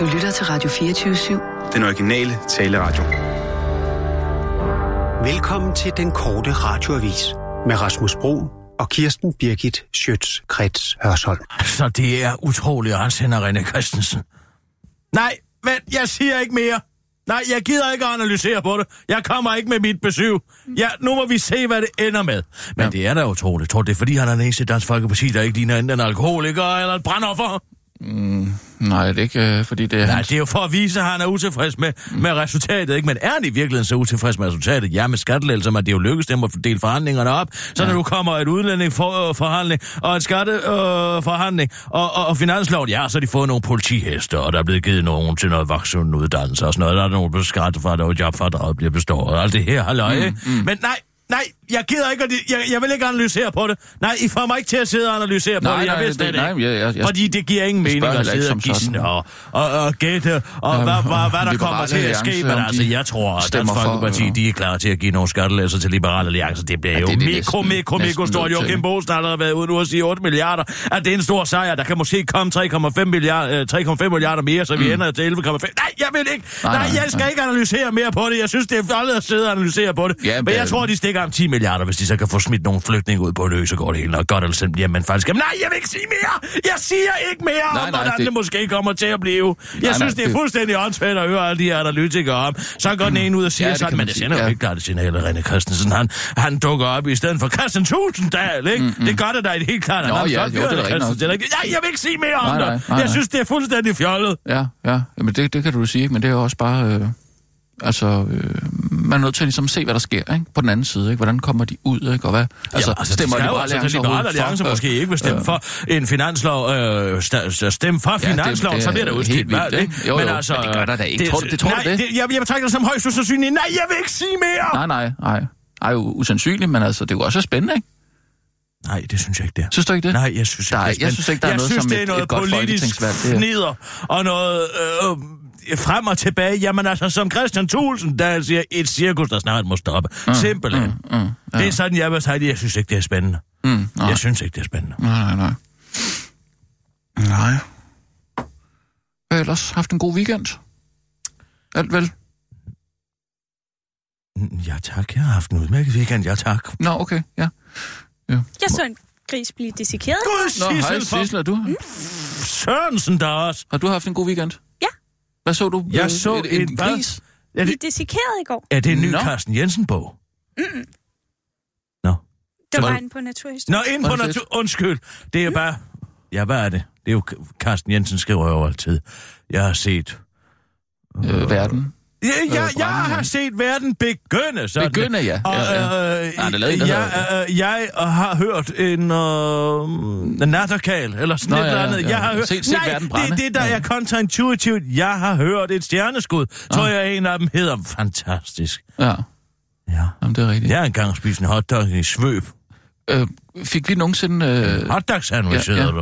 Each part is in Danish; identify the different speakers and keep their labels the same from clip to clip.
Speaker 1: Du lytter til Radio 24-7.
Speaker 2: Den originale taleradio.
Speaker 3: Velkommen til den korte radioavis med Rasmus Bro og Kirsten Birgit Schøtz-Krets Hørsholm.
Speaker 4: Så Altså, det er utroligt, at han sender René Christensen. Nej, men jeg siger ikke mere. Nej, jeg gider ikke at analysere på det. Jeg kommer ikke med mit besøg. Ja, nu må vi se, hvad det ender med. Men ja. det er da utroligt. Tror det er, fordi han er den eneste dansk folkeparti, der ikke ligner enten en alkoholiker eller et brandoffer?
Speaker 5: Mm, nej, det er ikke, øh, fordi det er
Speaker 4: Nej,
Speaker 5: hans-
Speaker 4: det er jo for at vise, at han er utilfreds med, med resultatet, ikke? Men er han i virkeligheden så utilfreds med resultatet? Ja, med skattelægelser, men det er jo lykkedes dem at fordele forhandlingerne op, så ja. når nu kommer et udlændingeforhandling og en skatteforhandling og, og, og finansloven, ja, så har de fået nogle politihester, og der er blevet givet nogen til noget voksenuddannelse og sådan noget. Der er nogen på skattefradrag, og jobfradrag bliver bestået, og alt det her, halløj, mm, mm. Men nej, Nej, jeg gider ikke, at de, jeg, jeg vil ikke analysere på det. Nej, I får mig ikke til at sidde og analysere på
Speaker 5: Nej,
Speaker 4: det. Jeg
Speaker 5: nej,
Speaker 4: vil
Speaker 5: det-
Speaker 4: slet
Speaker 5: nej,
Speaker 4: ikke.
Speaker 5: jeg- jeg- jeg-
Speaker 4: Fordi det giver ingen
Speaker 5: Jeg
Speaker 4: mening
Speaker 5: spørger
Speaker 4: at
Speaker 5: heller ikke
Speaker 4: sidde og
Speaker 5: som
Speaker 4: gisne
Speaker 5: sådan.
Speaker 4: og, og, og gætte, og hvad, hvad, hvad der
Speaker 5: Liberale
Speaker 4: kommer til at ske.
Speaker 5: Alliance,
Speaker 4: Men
Speaker 5: om
Speaker 4: altså,
Speaker 5: de
Speaker 4: jeg tror, at
Speaker 5: stemmer
Speaker 4: Dansk
Speaker 5: for,
Speaker 4: Folkeparti,
Speaker 5: eller-
Speaker 4: de er klar til at give nogle skattelæsser til Liberale Alliance. Det bliver
Speaker 5: Ja,
Speaker 4: jo
Speaker 5: det er de
Speaker 4: mikro,
Speaker 5: næsten-
Speaker 4: mikro, mikro
Speaker 5: næsten
Speaker 4: stort.
Speaker 5: nødt til,
Speaker 4: Joachim
Speaker 5: ikke?
Speaker 4: Bosen har allerede været ude nu at sige 8 milliarder. At det er en stor sejr. Der kan måske komme 3,5 milliarder, øh, 3,5 milliarder mere, så vi ender til 11,5. Nej, jeg vil ikke. Nej,
Speaker 5: Mm. Nej, nej,
Speaker 4: jeg skal
Speaker 5: nej.
Speaker 4: ikke analysere mere på det. Jeg synes, det er fjollet at sidde og analysere på det.
Speaker 5: Ja,
Speaker 4: Men jeg
Speaker 5: men-
Speaker 4: tror, de stikker om 10 milliarder, hvis de så kan få smidt nogle flygtninge ud på en ø, så går det hele nok godt. Eller selv, jamen faktisk, jamen, nej, jeg vil ikke sige mere. Jeg siger ikke mere nej,
Speaker 5: Nej,
Speaker 4: om,
Speaker 5: nej,
Speaker 4: hvordan det...
Speaker 5: det-
Speaker 4: det måske kommer til at blive. Jeg nej,
Speaker 5: Nej,
Speaker 4: synes,
Speaker 5: nej,
Speaker 4: det er
Speaker 5: det-
Speaker 4: fuldstændig åndssvagt at høre alle de her analytikere om. Så går den ene ud og siger
Speaker 5: Ja,
Speaker 4: ja,
Speaker 5: det
Speaker 4: sådan,
Speaker 5: kan
Speaker 4: men
Speaker 5: man
Speaker 4: det
Speaker 5: sige,
Speaker 4: sender jo
Speaker 5: ja.
Speaker 4: ikke klart et signal, René Christensen. Han, han dukker op i stedet for Christian Tusinddal, ikke? Mm, mm. Det gør det da et helt klart. Han
Speaker 5: Nå,
Speaker 4: er en
Speaker 5: ja,
Speaker 4: flot
Speaker 5: jo,
Speaker 4: fyr,
Speaker 5: det er da
Speaker 4: René
Speaker 5: rigtigt nok.
Speaker 4: Christensen. Det er da ikke- Nej, jeg vil ikke sige mere om
Speaker 5: Nej, nej,
Speaker 4: det.
Speaker 5: nej,
Speaker 4: Jeg
Speaker 5: nej.
Speaker 4: synes, det er fuldstændig fjollet.
Speaker 5: Ja, ja. Jamen, det, det kan du jo sige, ikke? men det er jo også bare... Øh, altså, øh, man er nødt til at ligesom se, hvad der sker ikke? på den anden side. Ikke? Hvordan kommer de ud, ikke? og hvad... Altså,
Speaker 4: Altså, altså, stemmer det skal jo altså, den liberale
Speaker 5: overhovedet for?
Speaker 4: alliance
Speaker 5: Øh,
Speaker 4: måske ikke vil stemme
Speaker 5: øh,
Speaker 4: for en finanslov, øh, sta- sta- stemme for
Speaker 5: det-
Speaker 4: finansloven,
Speaker 5: det
Speaker 4: så
Speaker 5: er
Speaker 4: bliver der udskilt
Speaker 5: helt vildt,
Speaker 4: valg, ikke? altså,
Speaker 5: ikke? Jo, jo, men det gør der da ikke. Tror du- det- tror du
Speaker 4: nej,
Speaker 5: det?
Speaker 4: jeg, jeg betragter det som højst usandsynligt. Nej, jeg vil ikke sige mere! Nej.
Speaker 5: Nej, nej, nej. Ej, u- usandsynligt, men altså, det er jo også spændende, ikke?
Speaker 4: nej, det synes jeg ikke, det er.
Speaker 5: Synes du ikke det?
Speaker 4: Nej, jeg synes ikke,
Speaker 5: Der er-
Speaker 4: det er spændende.
Speaker 5: jeg synes ikke, der er
Speaker 4: jeg
Speaker 5: noget
Speaker 4: synes,
Speaker 5: som
Speaker 4: det er
Speaker 5: et-
Speaker 4: noget
Speaker 5: et godt
Speaker 4: politisk
Speaker 5: folketingsvalg, det er.
Speaker 4: fnider og noget øh, frem og tilbage. Jamen altså, som Christian Thulsen, der siger, et cirkus, der snart må stoppe. Mm, Simpelthen. Mm, mm, ja. Det er sådan, jeg vil sige, det. jeg synes ikke, det er spændende.
Speaker 5: Mm, nej.
Speaker 4: Jeg synes ikke, det er spændende.
Speaker 5: Nej, nej, nej. Nej. Hvad ellers? Haft en god weekend? Alt vel?
Speaker 4: Ja tak, jeg har haft en udmærket weekend, ja tak.
Speaker 5: Nå, okay, ja.
Speaker 6: Jeg så en gris blive dissekeret.
Speaker 4: Gud,
Speaker 5: Nå, hej,
Speaker 4: Sissel for
Speaker 5: Sissel, er du? her?
Speaker 4: Sørensen der også.
Speaker 5: Har du haft en god weekend?
Speaker 6: Ja.
Speaker 5: Hvad så du?
Speaker 4: Jeg
Speaker 5: Øh,
Speaker 4: så
Speaker 5: en,
Speaker 4: en-
Speaker 5: en
Speaker 4: hvad?
Speaker 5: gris.
Speaker 4: Er
Speaker 6: Blive
Speaker 4: det,
Speaker 6: dissekeret i går.
Speaker 4: er det en ny
Speaker 5: Nå.
Speaker 4: Carsten Jensen-bog?
Speaker 6: Det
Speaker 5: Var
Speaker 6: var
Speaker 5: det-
Speaker 6: en på naturhistorie.
Speaker 4: Nå, ind på
Speaker 5: Hvor er det
Speaker 4: natur... Undskyld, det er bare... Ja, hvad er det? Det er jo... Carsten Jensen skriver jo altid. Jeg har set...
Speaker 5: Øh, verden.
Speaker 4: Ja, ja, jeg
Speaker 5: brænde,
Speaker 4: har
Speaker 5: ja.
Speaker 4: set verden begynde, sådan.
Speaker 5: Begynde, ja.
Speaker 4: Og,
Speaker 5: Ja, ja.
Speaker 4: Øh,
Speaker 5: Nej, der er lavet en, der
Speaker 4: jeg,
Speaker 5: hedder-
Speaker 4: øh, jeg har hørt en øh, natterkal, eller sådan
Speaker 5: Nå,
Speaker 4: et
Speaker 5: ja,
Speaker 4: eller
Speaker 5: ja,
Speaker 4: andet.
Speaker 5: ja.
Speaker 4: Jeg har hørt...
Speaker 5: Se- se
Speaker 4: Nej,
Speaker 5: verden
Speaker 4: det er
Speaker 5: brænde.
Speaker 4: det, der
Speaker 5: Ja.
Speaker 4: er kontraintuitivt. Jeg har hørt et stjerneskud, tror jeg, en af dem hedder. Fantastisk.
Speaker 5: Ja,
Speaker 4: Ja.
Speaker 5: jamen, det er rigtigt.
Speaker 4: Jeg har engang spist en hotdog i svøb.
Speaker 5: Øh, fik vi nogensinde... Øh,
Speaker 4: Hotdog sandwich
Speaker 5: ja, ja.
Speaker 4: hedder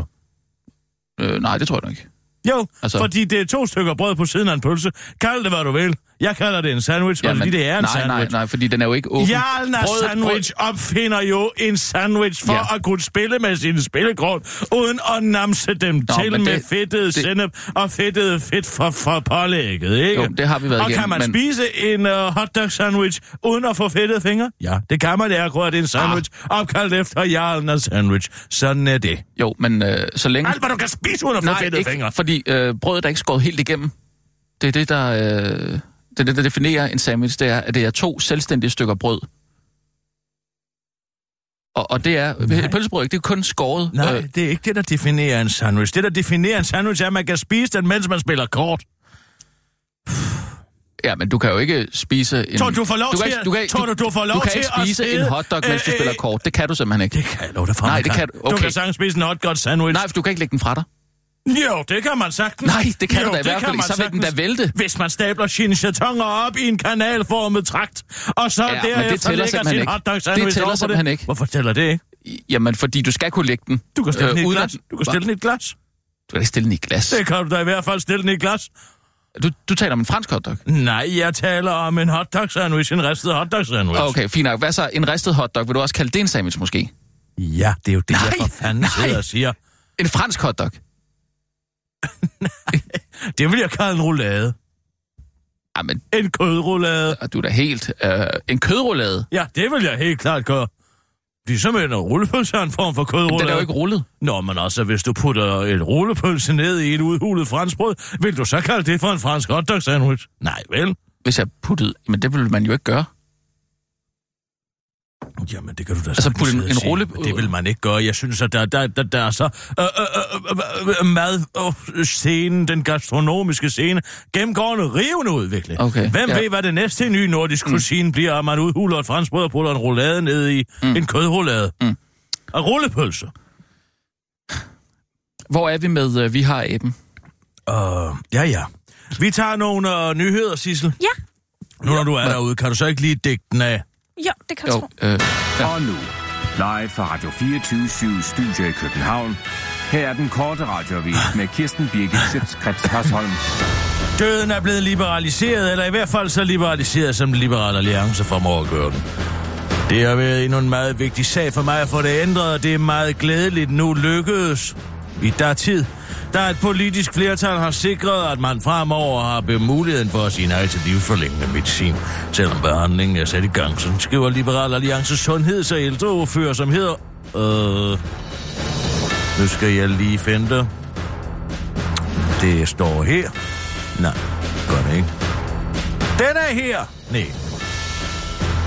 Speaker 4: du.
Speaker 5: øh, nej, det tror jeg nok ikke.
Speaker 4: Jo, altså...
Speaker 5: Altså-
Speaker 4: fordi det er to stykker brød på siden af en pølse. Kald det, hvad du vil. Jeg kalder det en sandwich, ja, men, fordi det er en
Speaker 5: nej, nej,
Speaker 4: sandwich.
Speaker 5: nej, fordi den er jo ikke åben.
Speaker 4: Jarlen af
Speaker 5: Brødet-
Speaker 4: Sandwich opfinder jo en sandwich for ja.
Speaker 5: Ja.
Speaker 4: at kunne spille med sin spillegrund, uden at namse dem Nå, til
Speaker 5: men
Speaker 4: med det,
Speaker 5: det-
Speaker 4: fedtet det...
Speaker 5: det-
Speaker 4: sennep og fedtet fedt for, for pålægget, ikke?
Speaker 5: Jo, det har vi været
Speaker 4: Og
Speaker 5: igennem,
Speaker 4: kan man
Speaker 5: men-
Speaker 4: spise en uh, hotdog sandwich uden at få fedtede fingre? Ja, det kan man, det er akkurat en sandwich, ah. opkaldt efter Jarlen af Sandwich. Sådan er det.
Speaker 5: Jo, men øh, så længe...
Speaker 4: Alt, hvad du kan spise uden at få
Speaker 5: nej,
Speaker 4: fedtede
Speaker 5: ikke,
Speaker 4: fingre.
Speaker 5: fordi øh, brødet er ikke skåret helt igennem. Det er det, der, øh, det, er det, der definerer en sandwich. Det er, at det er to selvstændige stykker brød. Og, og det er... Et pølsebrød, ikke? det er kun skåret.
Speaker 4: Nej, øh. det er ikke det, der definerer en sandwich. Det, der definerer en sandwich, er, at man kan spise den, mens man spiller kort.
Speaker 5: ja, men du kan jo ikke spise en...
Speaker 4: Tror du, du får lov
Speaker 5: du kan,
Speaker 4: til
Speaker 5: ikke-
Speaker 4: at-
Speaker 5: du kan, ikke-
Speaker 4: tror du, du får lov
Speaker 5: du kan
Speaker 4: til
Speaker 5: ikke
Speaker 4: at
Speaker 5: spise
Speaker 4: sidde-
Speaker 5: en hotdog, mens du
Speaker 4: Øh, øh,
Speaker 5: spiller kort. Det kan du simpelthen ikke.
Speaker 4: Det kan jeg love dig for.
Speaker 5: Nej,
Speaker 4: man
Speaker 5: det kan du.
Speaker 4: Du
Speaker 5: Okay.
Speaker 4: kan sagtens spise en hotdog sandwich.
Speaker 5: Nej, for du kan ikke lægge den fra dig.
Speaker 4: Jo, det kan man sagtens.
Speaker 5: Nej, det kan
Speaker 4: jo,
Speaker 5: du da i hvert
Speaker 4: kan
Speaker 5: fald ikke.
Speaker 4: man
Speaker 5: Så vil den da
Speaker 4: sagtens.
Speaker 5: vælte.
Speaker 4: Hvis man stabler sine chatonger op i en kanalformet trakt, og så
Speaker 5: Ja, men det
Speaker 4: derefter
Speaker 5: tæller
Speaker 4: lægger
Speaker 5: simpelthen
Speaker 4: sin
Speaker 5: ikke.
Speaker 4: hotdog
Speaker 5: Det
Speaker 4: sandwich
Speaker 5: tæller
Speaker 4: over på
Speaker 5: simpelthen
Speaker 4: det.
Speaker 5: ikke.
Speaker 4: Hvorfor tæller det ikke?
Speaker 5: Jamen, fordi du skal kunne lægge den.
Speaker 4: Du kan stille øh, den i et
Speaker 5: uden
Speaker 4: glas.
Speaker 5: at-
Speaker 4: Du kan stille den i et glas.
Speaker 5: Du kan ikke stille den i et glas.
Speaker 4: Det kan du da i hvert fald stille den i et glas.
Speaker 5: Du, du taler om en fransk hotdog.
Speaker 4: Nej, jeg taler om en hotdog sandwich, en ristet hotdog sandwich.
Speaker 5: Ah, Okay, fint nok. Hvad så? En ristet hotdog, vil du også kalde det en sandwich måske?
Speaker 4: Ja, det er jo det, jeg
Speaker 5: Nej,
Speaker 4: for fanden
Speaker 5: nej.
Speaker 4: sidder og siger.
Speaker 5: En fransk hotdog?
Speaker 4: Det vil jeg kalde en roulade.
Speaker 5: Ja, Ah, men
Speaker 4: En kødroulade.
Speaker 5: er du er da helt... Øh, en kødrullade.
Speaker 4: Ja, det vil jeg helt klart gøre. Ligesom en rullepølse er en form for kødrullade.
Speaker 5: Den er jo ikke rullet.
Speaker 4: Nå, men altså, hvis du putter en rullepølse ned i et udhulet franskbrød, vil du så kalde det for en fransk hotdog sandwich? Nej, vel?
Speaker 5: Hvis jeg puttede... Men det ville man jo ikke gøre.
Speaker 4: Jamen, det kan du da
Speaker 5: Altså,
Speaker 4: sagtens
Speaker 5: putte en-
Speaker 4: sidde og
Speaker 5: en
Speaker 4: sige,
Speaker 5: rulle-
Speaker 4: men Det vil man ikke gøre. Jeg synes, at der, der, der, der er så... Øh, øh, øh, øh, mad og scenen, den gastronomiske scene, gennemgår en rivende udvikling.
Speaker 5: Okay,
Speaker 4: Hvem
Speaker 5: ja. Mm.
Speaker 4: ved, hvad det næste nye nordisk kusine bliver, at man udhuler et franskbrød og putter en roulade ned i en kødroulade?
Speaker 5: Mm.
Speaker 4: Og rullepølse.
Speaker 5: Hvor er vi med øh, Vi har aben?
Speaker 4: Uh, ja, ja. Vi tager nogle øh, nyheder, Sissel.
Speaker 6: Ja,
Speaker 4: Nu når du er
Speaker 5: Hvad?
Speaker 4: derude, kan du så ikke lige digte den af?
Speaker 6: jo, det kan du
Speaker 5: Jo,
Speaker 6: tro.
Speaker 5: øh,
Speaker 2: Og nu, live fra Radio 24 Studio i København. Her er den korte radiovis med Kirsten Birgit Schøtzgrads Hasholm.
Speaker 4: Døden er blevet liberaliseret, eller i hvert fald så liberaliseret, som Liberal Alliance formår at gøre den. Det har været endnu en meget vigtig sag for mig at få det ændret, og det er meget glædeligt nu lykkedes i der tid, da et politisk flertal har sikret, at man fremover har be- muligheden for at sige nej til livsforlængende medicin, selvom behandlingen er sat i gang. Sådan skriver Liberal Alliance Sundheds- og ældreordfører, som hedder... Øh, nu skal jeg lige finde det. Det står her. Nej, gør det ikke. Den er her! Nej.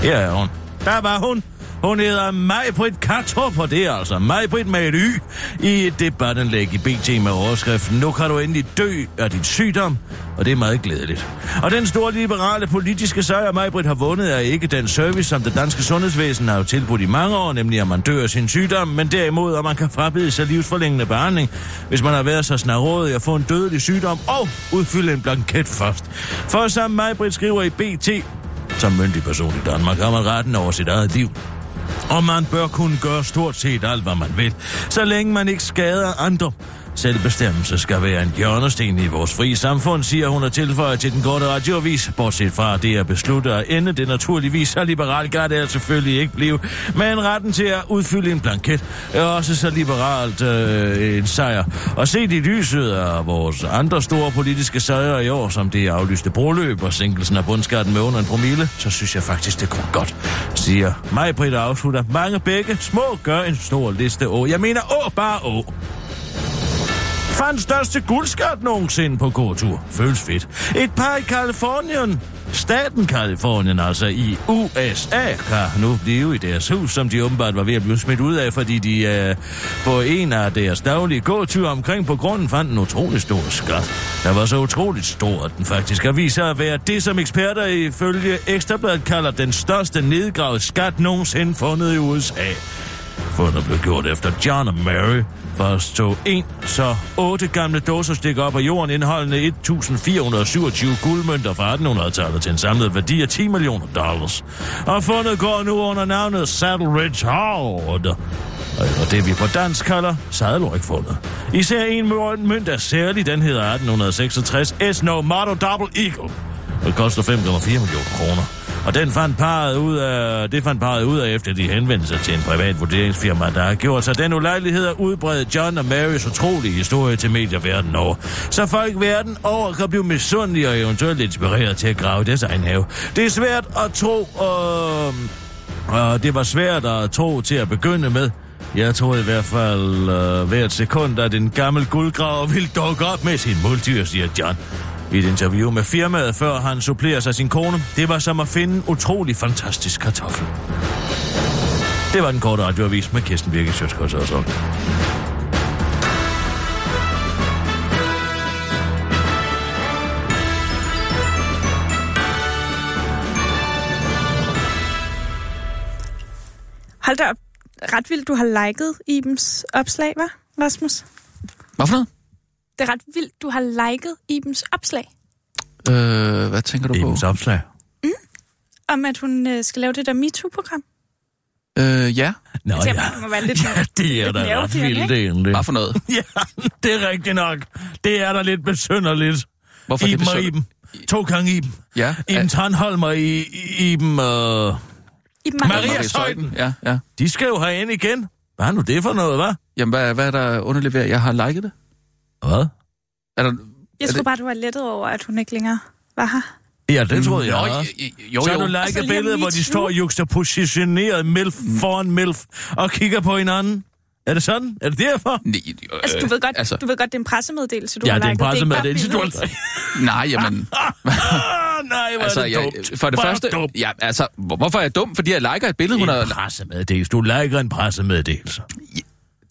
Speaker 4: Her er hun. Der var hun. Hun hedder Majbrit Kartrup, og det er altså Majbrit med et y i et debatindlæg i BT med overskriften Nu kan du endelig dø af din sygdom, og det er meget glædeligt. Og den store liberale politiske sejr, Majbrit har vundet, er ikke den service, som det danske sundhedsvæsen har jo tilbudt i mange år, nemlig at man dør af sin sygdom, men derimod, at man kan frabede sig livsforlængende behandling, hvis man har været så snarådig at få en dødelig sygdom og udfylde en blanket først. For som Majbrit skriver i BT, som myndig person i Danmark har man retten over sit eget liv. Og man bør kunne gøre stort set alt, hvad man vil, så længe man ikke skader andre. Selvbestemmelse skal være en hjørnesten i vores frie samfund, siger hun og tilføjer til den korte radioavis. Bortset fra det at beslutte at ende det naturligvis, så liberal kan det altså selvfølgelig ikke blive. Men retten til at udfylde en blanket er også så liberalt øh, en sejr. Og set i lyset af vores andre store politiske sejre i år, som det aflyste broløb og sænkelsen af bundskatten med under en promille, så synes jeg faktisk, det kunne godt, siger mig, Britt afslutter. Mange begge små gør en stor liste å. Jeg mener å, bare å fandt største guldskat nogensinde på gåtur. Føles fedt. Et par i Kalifornien. Staten Kalifornien, altså i USA, kan nu blive i deres hus, som de åbenbart var ved at blive smidt ud af, fordi de øh, på en af deres daglige gåture omkring på grunden fandt en utrolig stor skat. Der var så utroligt stor, at den faktisk har vist sig at være det, som eksperter ifølge Ekstrabladet kalder den største nedgravet skat nogensinde fundet i USA. Fundet blev gjort efter John og Mary. Først tog en, så otte gamle dåser stikker op af jorden, indeholdende 1427 guldmønter fra 1800-tallet til en samlet værdi af 10 millioner dollars. Og fundet går nu under navnet Saddle Ridge Howard. Og det vi på dansk kalder sadelrygfundet. Især en mø- mønt er særlig, den hedder 1866 Esno Motto Double Eagle. Og koster 5,4 millioner kroner. Og den fandt parret ud af, det fandt parret ud af, efter de henvendte sig til en privat vurderingsfirma, der har gjort sig den ulejlighed at udbrede John og Marys utrolige historie til medier verden over. Så folk verden over kan blive misundelige og eventuelt inspireret til at grave i deres egen have. Det er svært at tro, øh, og det var svært at tro til at begynde med. Jeg troede i hvert fald øh, hvert sekund, at en gammel guldgraver ville dukke op med sin muldyr, siger John. I et interview med firmaet, før han supplerer sig sin kone, det var som at finde en utrolig fantastisk kartoffel. Det var den korte radioavis med Kirsten Birke, Sjøtskås og sådan.
Speaker 6: Hold da op. Ret vildt, du har liket Ibens opslag, hva', Rasmus?
Speaker 5: hvad for noget?
Speaker 6: Det er ret vildt, du har liket Ibens opslag
Speaker 5: Øh, hvad tænker du på?
Speaker 4: Ibens opslag.
Speaker 6: om, at hun øh, skal lave det der MeToo-program.
Speaker 5: Øh, ja.
Speaker 4: Nå
Speaker 6: Altså,
Speaker 4: ja,
Speaker 6: jeg må være lidt-
Speaker 4: ja det er
Speaker 6: lidt
Speaker 4: da ret
Speaker 6: nervepirrende,
Speaker 4: vildt egentlig.
Speaker 5: Hvad for noget?
Speaker 4: Ja, det er rigtigt nok. Det er da lidt besynderligt.
Speaker 5: Hvorfor er det
Speaker 4: Iben og
Speaker 5: besynderligt?
Speaker 4: Iben. To gange Iben.
Speaker 5: Ja.
Speaker 4: Iben Tranholm og I, I- Iben... Øh...
Speaker 6: Iben
Speaker 4: Maria
Speaker 6: Maria.
Speaker 4: Zeuthen.
Speaker 5: Ja, ja.
Speaker 4: De skal jo herind igen. Hvad er nu det for noget, hva'?
Speaker 5: Jamen, hvad, hvad er der underligt ved, at jeg har liket det?
Speaker 4: Hvad?
Speaker 5: Er der,
Speaker 6: Jeg troede bare, du var lettet over, at hun ikke længere var her.
Speaker 4: Ja, det troede jeg
Speaker 5: Mm, Nå,
Speaker 4: også.
Speaker 5: i- i- jo,
Speaker 4: så har
Speaker 5: jo.
Speaker 4: du liket
Speaker 6: Altså,
Speaker 4: altså,
Speaker 6: lige
Speaker 4: billedet,
Speaker 6: om
Speaker 4: hvor de
Speaker 6: MeToo.
Speaker 4: står juxtapositioneret MILF
Speaker 5: Mm.
Speaker 4: foran MILF og kigger på hinanden. Er det sådan? Er det derfor?
Speaker 5: Nej, øh,
Speaker 6: Altså, du ved godt,
Speaker 5: altså,
Speaker 6: altså, du ved godt det er en pressemeddelelse, du
Speaker 4: Ja,
Speaker 6: har
Speaker 4: det er en
Speaker 6: liket.
Speaker 4: pressemeddelelse,
Speaker 6: ikke
Speaker 4: du
Speaker 6: bare
Speaker 4: har
Speaker 6: billedet.
Speaker 5: nej, jamen...
Speaker 4: Ah, Nej, hvor
Speaker 5: Altså,
Speaker 4: er det
Speaker 5: jeg,
Speaker 4: dumt.
Speaker 5: for det
Speaker 4: hvor
Speaker 5: første...
Speaker 4: Er det dumt.
Speaker 5: Ja, altså, hvor- hvorfor er jeg dum? Fordi jeg liker et billede, hun
Speaker 4: En
Speaker 5: har...
Speaker 4: pressemeddelelse. Du liker en pressemeddelelse.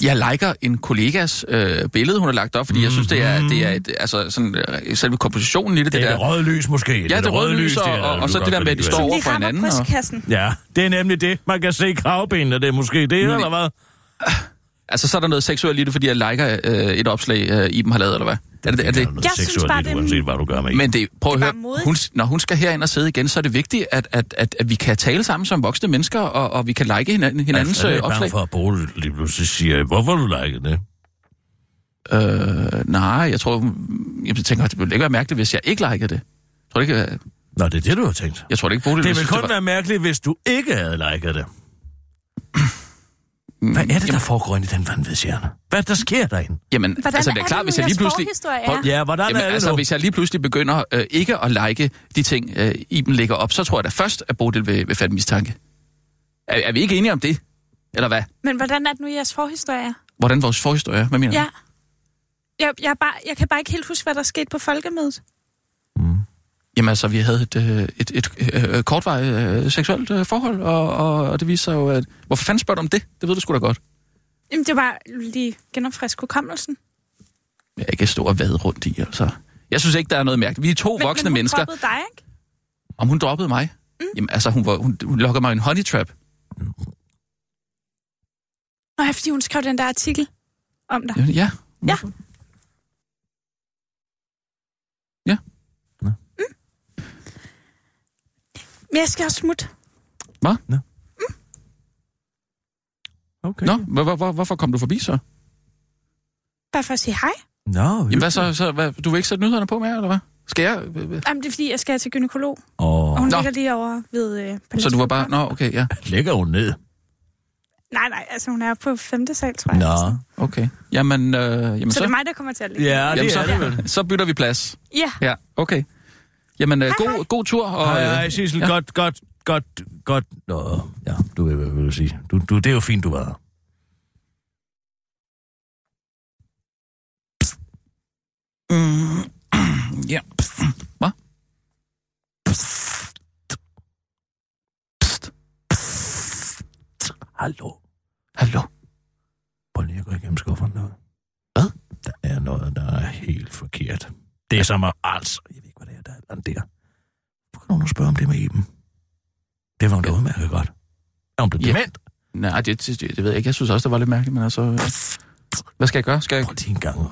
Speaker 5: Jeg liker en kollegas øh, billede, hun har lagt op, fordi jeg synes, det er, det er et, altså, sådan, øh, selve kompositionen i det, det,
Speaker 4: Det er det
Speaker 5: der...
Speaker 4: røde lys måske.
Speaker 5: Ja, det røde lys,
Speaker 4: er
Speaker 5: og,
Speaker 4: der,
Speaker 5: og,
Speaker 4: du
Speaker 5: og så
Speaker 4: godt
Speaker 5: det der
Speaker 4: kan
Speaker 5: med, at de
Speaker 4: lide.
Speaker 5: står
Speaker 6: Som
Speaker 5: over
Speaker 6: lige
Speaker 5: for
Speaker 6: rammer
Speaker 5: hinanden. Og,
Speaker 6: brystkassen.
Speaker 4: Ja, det er nemlig det. Man kan se kravbenene, det er måske det,
Speaker 5: Men-
Speaker 4: eller hvad?
Speaker 5: altså, så er der noget seksuelt i det, fordi jeg liker øh, et opslag, øh, Iben har lavet, eller hvad? Er det, er det,
Speaker 4: noget
Speaker 6: Jeg synes
Speaker 4: seksuelt
Speaker 6: bare,
Speaker 4: i det,
Speaker 6: det er-
Speaker 4: uanset hvad du gør med en.
Speaker 5: Men det, prøv at
Speaker 6: Det er
Speaker 5: høre,
Speaker 6: bare modigt.
Speaker 5: hun, når hun skal herind og sidde igen, så er det vigtigt, at, at, at, at vi kan tale sammen som voksne mennesker, og, og vi kan like hinanden, hinandens
Speaker 4: altså, er
Speaker 5: øh,
Speaker 4: du ikke
Speaker 5: opslag.
Speaker 4: bange for at Bolle lige pludselig siger, hvorfor har du liket det?
Speaker 5: Øh, nej, jeg tror, hun- jeg tænker, det ville ikke være mærkeligt, hvis jeg ikke likede det. Jeg tror ikke, jeg,
Speaker 4: Nå, det er det, du har tænkt.
Speaker 5: jeg tror det ikke,
Speaker 4: Det
Speaker 5: Bodil ville
Speaker 4: ville
Speaker 5: synes,
Speaker 4: kun øh,
Speaker 5: var-
Speaker 4: være mærkeligt, hvis du ikke havde liket det. Hvad er det, der foregår inde i den vanvidshjerne? Hvad er det, der sker derinde?
Speaker 5: Jamen,
Speaker 6: Hvordan
Speaker 5: altså, det er
Speaker 6: er
Speaker 5: klart,
Speaker 6: det
Speaker 5: hvis
Speaker 6: nu,
Speaker 5: jeg lige
Speaker 6: jeres
Speaker 5: pludselig...
Speaker 6: forhistorie er?
Speaker 5: Prøv-
Speaker 4: Ja, hvordan
Speaker 5: Jamen,
Speaker 4: er det
Speaker 5: altså,
Speaker 4: nu?
Speaker 5: hvis jeg lige pludselig begynder øh, ikke at like de ting, øh, Iben lægger op, så tror jeg da først, at Bodil vil, vil fatte mistanke. Er, er vi ikke enige om det? Eller hvad?
Speaker 6: Men hvordan er det nu, jeres forhistorie er?
Speaker 5: Hvordan vores forhistorie er? Hvad mener
Speaker 6: Ja.
Speaker 5: du?
Speaker 6: Jeg, jeg, er bare, jeg kan bare ikke helt huske, hvad der skete på folkemødet.
Speaker 5: Jamen altså, vi havde et, øh, et, et, øh, øh, kortvarigt øh, seksuelt øh, forhold, og, og, og det viser sig jo, at... Hvorfor fanden spørger du om det? Det ved du sgu da godt.
Speaker 6: Jamen, det var lige genopfrisk hukommelsen.
Speaker 5: Jeg kan stå og vade rundt i, altså. Jeg synes ikke, der er noget mærkeligt. Vi er to voksne
Speaker 6: men hun
Speaker 5: mennesker.
Speaker 6: droppede dig, ikke?
Speaker 5: Om hun droppede mig? Mm. Jamen altså, hun, var, hun, hun lokkede mig i en honey trap.
Speaker 6: Nå, ja, fordi hun skrev den der artikel om dig.
Speaker 5: Jamen, ja.
Speaker 6: Ja.
Speaker 5: Ja.
Speaker 6: Men jeg skal også smutte.
Speaker 4: Okay.
Speaker 5: Nå, hvor, hvor, hvor, hvorfor kom du forbi så?
Speaker 6: Bare for at sige hej.
Speaker 4: Nå
Speaker 5: Jamen, hvad så, så hvad, du vil ikke sætte nyhederne på mere, eller hvad? Skal jeg? øh, Hva- hva-
Speaker 6: Jamen, det er fordi, jeg skal til gynekolog, og
Speaker 4: Åh,
Speaker 6: hun
Speaker 5: Nå.
Speaker 6: Nå. ligger lige over ved... Øh,
Speaker 5: Så du var bare... Nå, okay, ja.
Speaker 4: ligger hun ned?
Speaker 6: Nej, nej, altså hun er på femte sal, tror jeg.
Speaker 4: Nå.
Speaker 6: Så,
Speaker 5: Okay. Jamen, øh, jamen
Speaker 6: så det
Speaker 5: så,
Speaker 6: er mig, der kommer til at ligge.
Speaker 4: Ja, det
Speaker 5: jamen,
Speaker 4: er det
Speaker 5: så,
Speaker 4: vel.
Speaker 5: så bytter vi plads.
Speaker 6: Ja,
Speaker 5: Ja, okay. Jamen, øh, god, god tur. Og,
Speaker 4: Hej,
Speaker 5: øh,
Speaker 4: hej, Sissel.
Speaker 5: ja.
Speaker 4: Godt, godt, godt, godt. Nå, ja, du ved, hvad jeg vil sige. Du, du, det er jo fint, du var her.
Speaker 5: Mm. Ja. Hvad?
Speaker 4: Hallo.
Speaker 5: Hallo.
Speaker 4: Prøv lige at gå igennem skufferen nu. Hvad? Der er noget, der er helt forkert. Det er som at altså... Jeg ved ikke, hvad det er, der er et eller andet der. Hvorfor kan nogen spørge om det med Iben? Det var hun da udmærket godt. Er hun blevet
Speaker 5: Ja.
Speaker 4: dement?
Speaker 5: Nej, det, det, det ved jeg ikke. Jeg synes også, det var lidt mærkeligt, men altså... øh, Hvad skal jeg gøre? Skal jeg...
Speaker 4: Prøv lige en gang. Er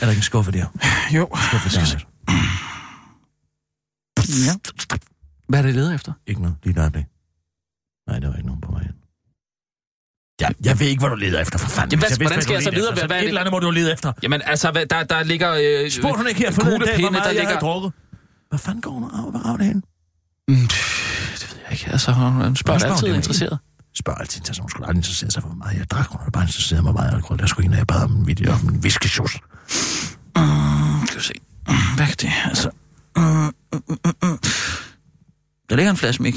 Speaker 4: der ikke en skuffe der?
Speaker 5: Jo.
Speaker 4: Skuffe der.
Speaker 5: Ja. Hvad er det, jeg leder efter?
Speaker 4: Ikke noget. Lige et øjeblik. Nej, der var ikke nogen på vejen. Ja, jeg ved ikke, hvad du leder efter, for fanden.
Speaker 5: Jamen, hvad-
Speaker 4: Hvis
Speaker 5: hvordan
Speaker 4: vidste,
Speaker 5: skal
Speaker 4: du
Speaker 5: jeg så
Speaker 4: ledte
Speaker 5: videre?
Speaker 4: efter,
Speaker 5: Hvad- hvad er
Speaker 4: et
Speaker 5: det?
Speaker 4: eller andet må du lede efter.
Speaker 5: Jamen, altså, hvad- der, der ligger... Øh,
Speaker 4: Spurgte hun ikke her forleden dag, hvor
Speaker 5: kuglepinde,
Speaker 4: meget
Speaker 5: der
Speaker 4: jeg havde
Speaker 5: ligger-
Speaker 4: drukket? Hvad fanden går hun af? Hvad af det hen?
Speaker 5: Mm, pff, det ved jeg ikke. Altså, hun hun spørger
Speaker 4: Hun spørger,
Speaker 5: altid
Speaker 4: det er
Speaker 5: interesseret.
Speaker 4: spørger altid til, så hun skulle aldrig interessere sig for, hvor meget jeg drak. Hun var bare interesseret i, hvor meget alkohol der skulle ind, og jeg bad om en video om en viskesjus.
Speaker 5: Mm, skal vi se. Mm, Hvad er det? Altså... Mm, mm, mm, mm. Der ligger en flaske, Mik.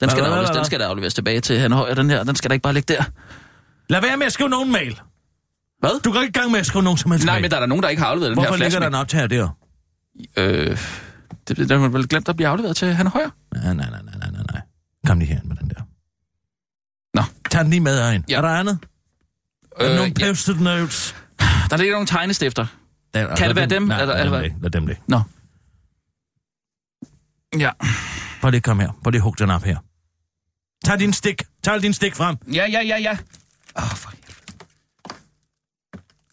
Speaker 5: Den skal,
Speaker 4: Hvad, hvad,
Speaker 5: der afleveres,
Speaker 4: hvad,
Speaker 5: den
Speaker 4: hvad?
Speaker 5: skal der afleveres tilbage til han højer den her. Den skal da ikke bare ligge der.
Speaker 4: Lad være med at skrive nogen mail.
Speaker 5: Hvad?
Speaker 4: Du går ikke i gang med at skrive nogen som helst
Speaker 5: Nej,
Speaker 4: mail.
Speaker 5: men der er der nogen, der ikke har afleveret den
Speaker 4: Hvorfor
Speaker 5: her
Speaker 4: ligger
Speaker 5: flaske.
Speaker 4: der en optager der?
Speaker 5: Øh, det, det, den var vel glemt at blive afleveret til han højer.
Speaker 4: Nej, nej, nej, nej, nej, nej, nej. Kom lige herind med den der.
Speaker 5: Nå.
Speaker 4: Tag den lige med herind.
Speaker 5: Ja.
Speaker 4: Er der andet? Øh, er der nogle
Speaker 5: ja,
Speaker 4: post-it notes?
Speaker 5: der ligger nogle tegnestifter.
Speaker 4: Der,
Speaker 5: Kan det være dem?
Speaker 4: Nej,
Speaker 5: Er der-
Speaker 4: lad
Speaker 5: er der-
Speaker 4: dem ligge. Lad dem ligge.
Speaker 5: Nå. Ja.
Speaker 4: Prøv lige at komme her. Prøv lige at hugge den op her. Tag din stik. Tag din stik frem.
Speaker 5: Ja, ja, ja, ja. Åh, oh, fuck.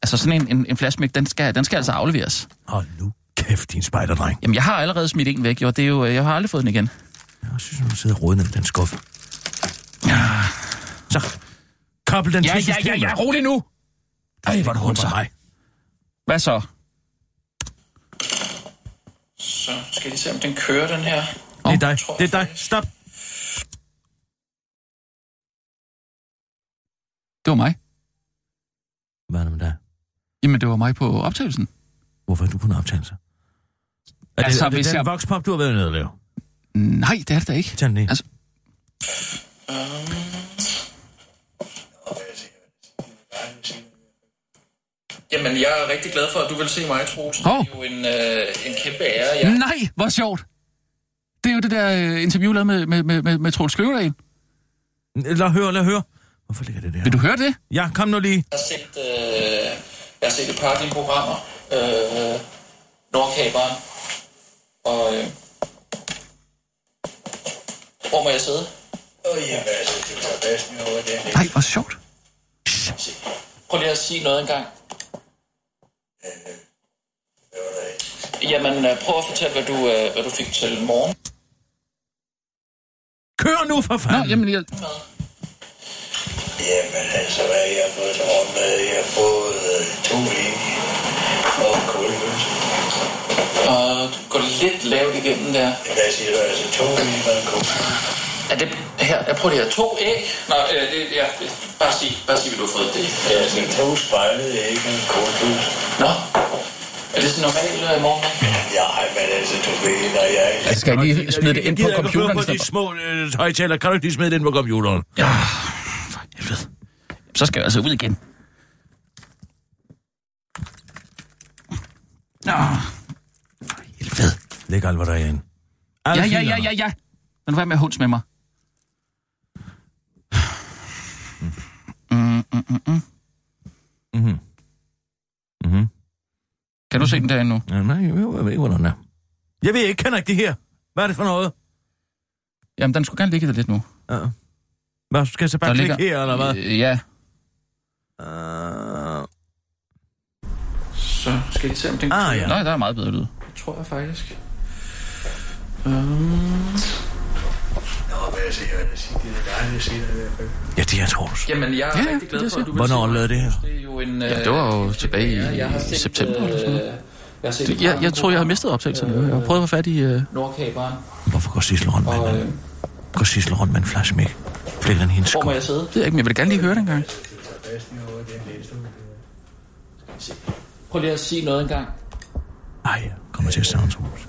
Speaker 5: Altså sådan en, en, en flashmæk, den skal, den skal altså afleveres.
Speaker 4: Hold nu kæft, din spejderdreng.
Speaker 5: Jamen, jeg har allerede smidt en væk, jo. Det er jo, øh, jeg har aldrig fået den igen.
Speaker 4: Jeg synes, hun sidder og rådner i den skuffe. Ja. Så, kobl den til systemet.
Speaker 5: rolig nu.
Speaker 4: Ej, hvor er du hund så. Mig.
Speaker 5: Hvad så? Så skal vi se, om den kører, den her.
Speaker 4: Det er dig, det er dig. Stop.
Speaker 5: Det var mig.
Speaker 4: Hvad er det med dig?
Speaker 5: Jamen, det var mig på optagelsen.
Speaker 4: Hvorfor er du på en optagelse? Er det,
Speaker 5: Altså,
Speaker 4: altså, er det
Speaker 5: hvis
Speaker 4: den jeg...
Speaker 5: jeg-
Speaker 4: voxpop, du har været nede og lave?
Speaker 5: Nej, det er det da ikke.
Speaker 4: Tag den lige.
Speaker 5: Altså,
Speaker 7: Jamen, jeg er rigtig glad for, at du vil se mig, Troels.
Speaker 5: Hov.
Speaker 7: Det er jo en, øh, en kæmpe ære. Jeg
Speaker 5: Nej, hvor sjovt. Det er jo det der øh, interview, lavet med, med, med, med, med Troels Kløvedal.
Speaker 4: Lad høre, lad høre. Hvorfor ligger det der?
Speaker 5: Vil du høre det?
Speaker 4: Ja, kom nu lige.
Speaker 7: har set, øh, jeg har set et par af dine programmer. Øh, Nordkaberen. Og... Øh, hvor må jeg sidde? Åh, ja, hvad er det? Du tager basen over den.
Speaker 5: Nej, hvor sjovt.
Speaker 7: Prøv lige at sige noget engang. Øh, Jamen, øh, prøv at fortælle, hvad du, øh, hvad du fik til morgen.
Speaker 4: Kør nu for
Speaker 5: Nå,
Speaker 4: fanden.
Speaker 5: jamen, jeg...
Speaker 8: Jamen altså, hvad jeg har fået til morgenmad, jeg har fået øh, to lig og kulhus.
Speaker 7: Og gå Øh, lidt lavt igennem der.
Speaker 8: Hvad siger du, altså to lig og en kulhus?
Speaker 7: Er det her? Jeg prøver det her. To æg? Nå, øh, det, ja, det, bare sig, bare sig, hvad du har fået. Det,
Speaker 8: Ja,
Speaker 7: øh,
Speaker 8: altså to spejlede æg og en kulhus.
Speaker 7: Nå, er det sådan normal øh, morgenmad?
Speaker 8: Nej, men altså, du ved, når jeg er
Speaker 9: Altså, skal jeg lige smide det ind på
Speaker 4: Jeg gider ikke at høre
Speaker 9: computeren?
Speaker 4: på de
Speaker 9: så-
Speaker 4: små øh, højtaler. Kan du ikke lige smide det ind på computeren?
Speaker 5: For helvede. Så skal jeg altså ud igen. Nå, for helvede.
Speaker 4: Læg alt, hvad der er inde. Alle
Speaker 5: Ja, ja,
Speaker 4: filerne.
Speaker 5: ja, ja, ja. Lad nu være med at hunds med mig. Mm, mm, mm, mm. Mm-hmm.
Speaker 4: Mhm. Mhm.
Speaker 5: Kan du se den derinde nu?
Speaker 4: Ja, nej, jeg ved ikke, hvor den er. Jeg ved ikke, kender ikke det her. Hvad er det for noget?
Speaker 5: Jamen, den skulle gerne ligge der lidt nu.
Speaker 4: Ja. Hvad, skal jeg så bare
Speaker 5: Der
Speaker 4: klikke her, eller hvad?
Speaker 5: Øh, ja.
Speaker 4: Uh,
Speaker 5: Så skal jeg se, om den...
Speaker 4: ah, ja.
Speaker 5: Nej, der er meget bedre lyd.
Speaker 7: Tror jeg faktisk.
Speaker 8: oppe, jeg siger, jeg siger, det er dejligt, jeg siger det i hvert fald.
Speaker 4: Ja, det er Troels.
Speaker 7: Jamen, jeg er
Speaker 5: Ja,
Speaker 7: ja, rigtig glad
Speaker 5: det
Speaker 7: for, at du vil
Speaker 4: Hvornår
Speaker 7: se mig.
Speaker 4: lavede det her?
Speaker 7: Det er jo en... Øh,
Speaker 5: Ja, det var jo tilbage i
Speaker 7: jeg har set,
Speaker 5: september eller sådan noget.
Speaker 7: øh, Jeg, har set et
Speaker 5: Det-
Speaker 7: par
Speaker 5: Jeg, jeg tror, jeg har mistet optagelserne. Jeg har prøvet at få fat i... Øh...
Speaker 7: Nordkaberen.
Speaker 4: Hvorfor går Sissel rundt med
Speaker 7: Og,
Speaker 4: en,
Speaker 7: øh,
Speaker 4: går Sissel rundt med en flaske mæk? Flækker den i hendes sko?
Speaker 7: hvor må jeg sidde?
Speaker 5: Det ved jeg ikke, men jeg vil gerne lige høre den gang.
Speaker 7: Prøv lige at sige noget engang.
Speaker 4: Ej, jeg kommer til at savne Troels.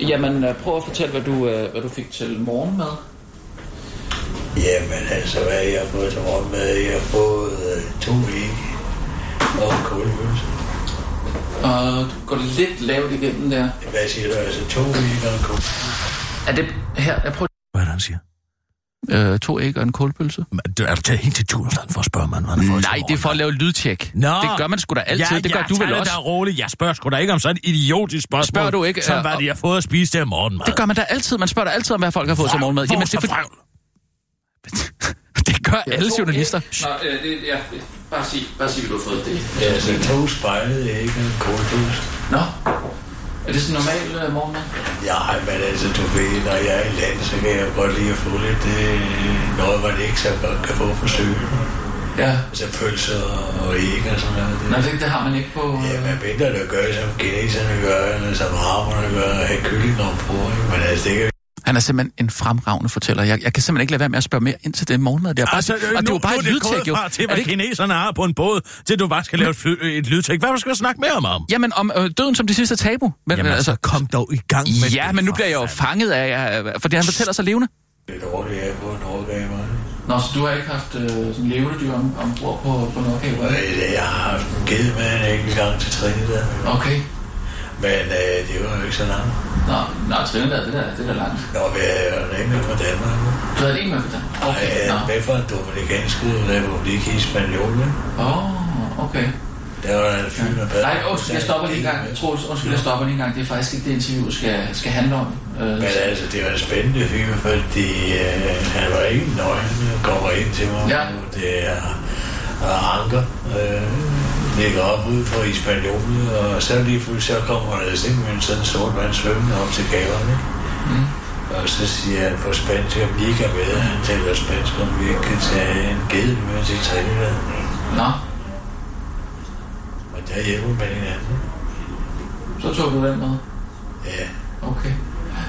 Speaker 7: Jamen, øh, prøv at fortælle, hvad du, øh, hvad du fik til morgenmad.
Speaker 8: Jamen altså, hvad jeg har fået til morgenmad, jeg har fået øh, to lig og en kulhus.
Speaker 7: Og gå Øh, lidt lavt igennem der.
Speaker 8: Hvad siger du, altså to lig og en kulhus?
Speaker 7: Er det her? Jeg prøver
Speaker 4: Hvad er det, han siger?
Speaker 5: Øh, to æg og en kålpølse.
Speaker 4: Men, Du er du taget helt til Djursland for at spørge, mand, hvad han får til
Speaker 5: Nej, det er for at lave lydtjek.
Speaker 4: Nå.
Speaker 5: Det gør man sgu da altid. det gør
Speaker 4: jeg
Speaker 5: du vel
Speaker 4: tager
Speaker 5: også.
Speaker 4: Det der roligt. Jeg spørger sgu da ikke om sådan et idiotisk spørgsmål.
Speaker 5: Spørger du ikke,
Speaker 4: Som
Speaker 5: øh,
Speaker 4: hvad
Speaker 5: om-
Speaker 4: de har fået at spise til morgen, mand.
Speaker 5: Det gør man da altid. Man spørger da altid om, hvad folk har fået til morgenmad. Jamen, det, er fordi- det gør alle journalister.
Speaker 7: Nå, øh, det, ja, det- bare sig, bare sig, hvad du har fået. Det.
Speaker 8: Ja, altså to spejlede æg og en kulhus.
Speaker 7: Nå, er det sådan normal øh, morgenmad?
Speaker 8: Ja, men altså, du ved, når jeg er i land, så kan jeg godt lide at få lidt øh, noget, man ikke så godt kan få fra søen.
Speaker 7: Ja.
Speaker 8: Altså pølser og, og æg og sådan noget.
Speaker 7: Nå,
Speaker 8: Det.
Speaker 7: det, det har man ikke på...
Speaker 8: Ja,
Speaker 7: Øh,
Speaker 8: hvad mindre der gør, som kineserne gør, eller som araberne gør, at have kylling om på, ikke? Men altså, det kan
Speaker 5: Han er simpelthen en fremragende fortæller. Jeg, jeg kan simpelthen ikke lade være med at spørge mere ind til den morgenmad. Det er bare,
Speaker 4: Altså,
Speaker 5: og det er
Speaker 4: nu,
Speaker 5: jo bare
Speaker 4: nu
Speaker 5: et
Speaker 4: er det
Speaker 5: lydtjek,
Speaker 4: gået
Speaker 5: jo.
Speaker 4: fra til,
Speaker 5: Er
Speaker 4: hvad
Speaker 5: det
Speaker 4: ikke...
Speaker 5: ikke?
Speaker 4: kineserne har på en båd, til du bare skal lave et, fly, et lydtjek. Hvad skal vi snakke mere om? om?
Speaker 5: Jamen, om øh, døden som det sidste tabu. Men, men
Speaker 4: Jamen altså, kom dog i gang med
Speaker 5: ja,
Speaker 4: det,
Speaker 5: men nu
Speaker 4: for
Speaker 5: bliver jeg jo
Speaker 4: fanden.
Speaker 5: fanget af, øh, fordi han fortæller sig levende.
Speaker 8: det er dårligt, jeg er på en overgang,
Speaker 7: Nå, så du har ikke haft øh, sådan levedyr om, ombord på, på Nordkaberen?
Speaker 8: Jeg har haft en ged med en enkelt gang til Trinidad,
Speaker 7: Okay.
Speaker 8: men øh, det var jo ikke så langt.
Speaker 7: Nå, nå Trinidad, det der, det der langt.
Speaker 8: Nå, vi er jo nemlig fra Danmark.
Speaker 7: Du havde en med for den?
Speaker 8: Jeg
Speaker 7: Okay, nå.
Speaker 8: er med fra den Dominikanske Republik i Spanien.
Speaker 7: Åh, oh, okay.
Speaker 8: Der var der en fyr, der bad.
Speaker 7: Nej, undskyld, jeg stopper lige en gang. Troels, undskyld, jeg stopper lige en gang. Det er faktisk ikke det, interviewet skal, skal handle om. Øh,
Speaker 8: Men altså, det var en spændende fyr, fordi øh, han var ikke nøgen, han kommer ind til mig.
Speaker 7: Ja.
Speaker 8: og Det er og anker. Øh, ligger op ude på Hispaniolet, og så lige pludselig så kommer der simpelthen sådan en sort mand svømmende op til gaverne. Mm. Og så siger han på spansk, om vi ikke er med. Han taler spansk, om vi ikke kan tage en ged med til Trinidad.
Speaker 7: Nå,
Speaker 8: Men der hjælper man hinanden.
Speaker 7: så tog du den med.
Speaker 8: Ja.
Speaker 7: Okay.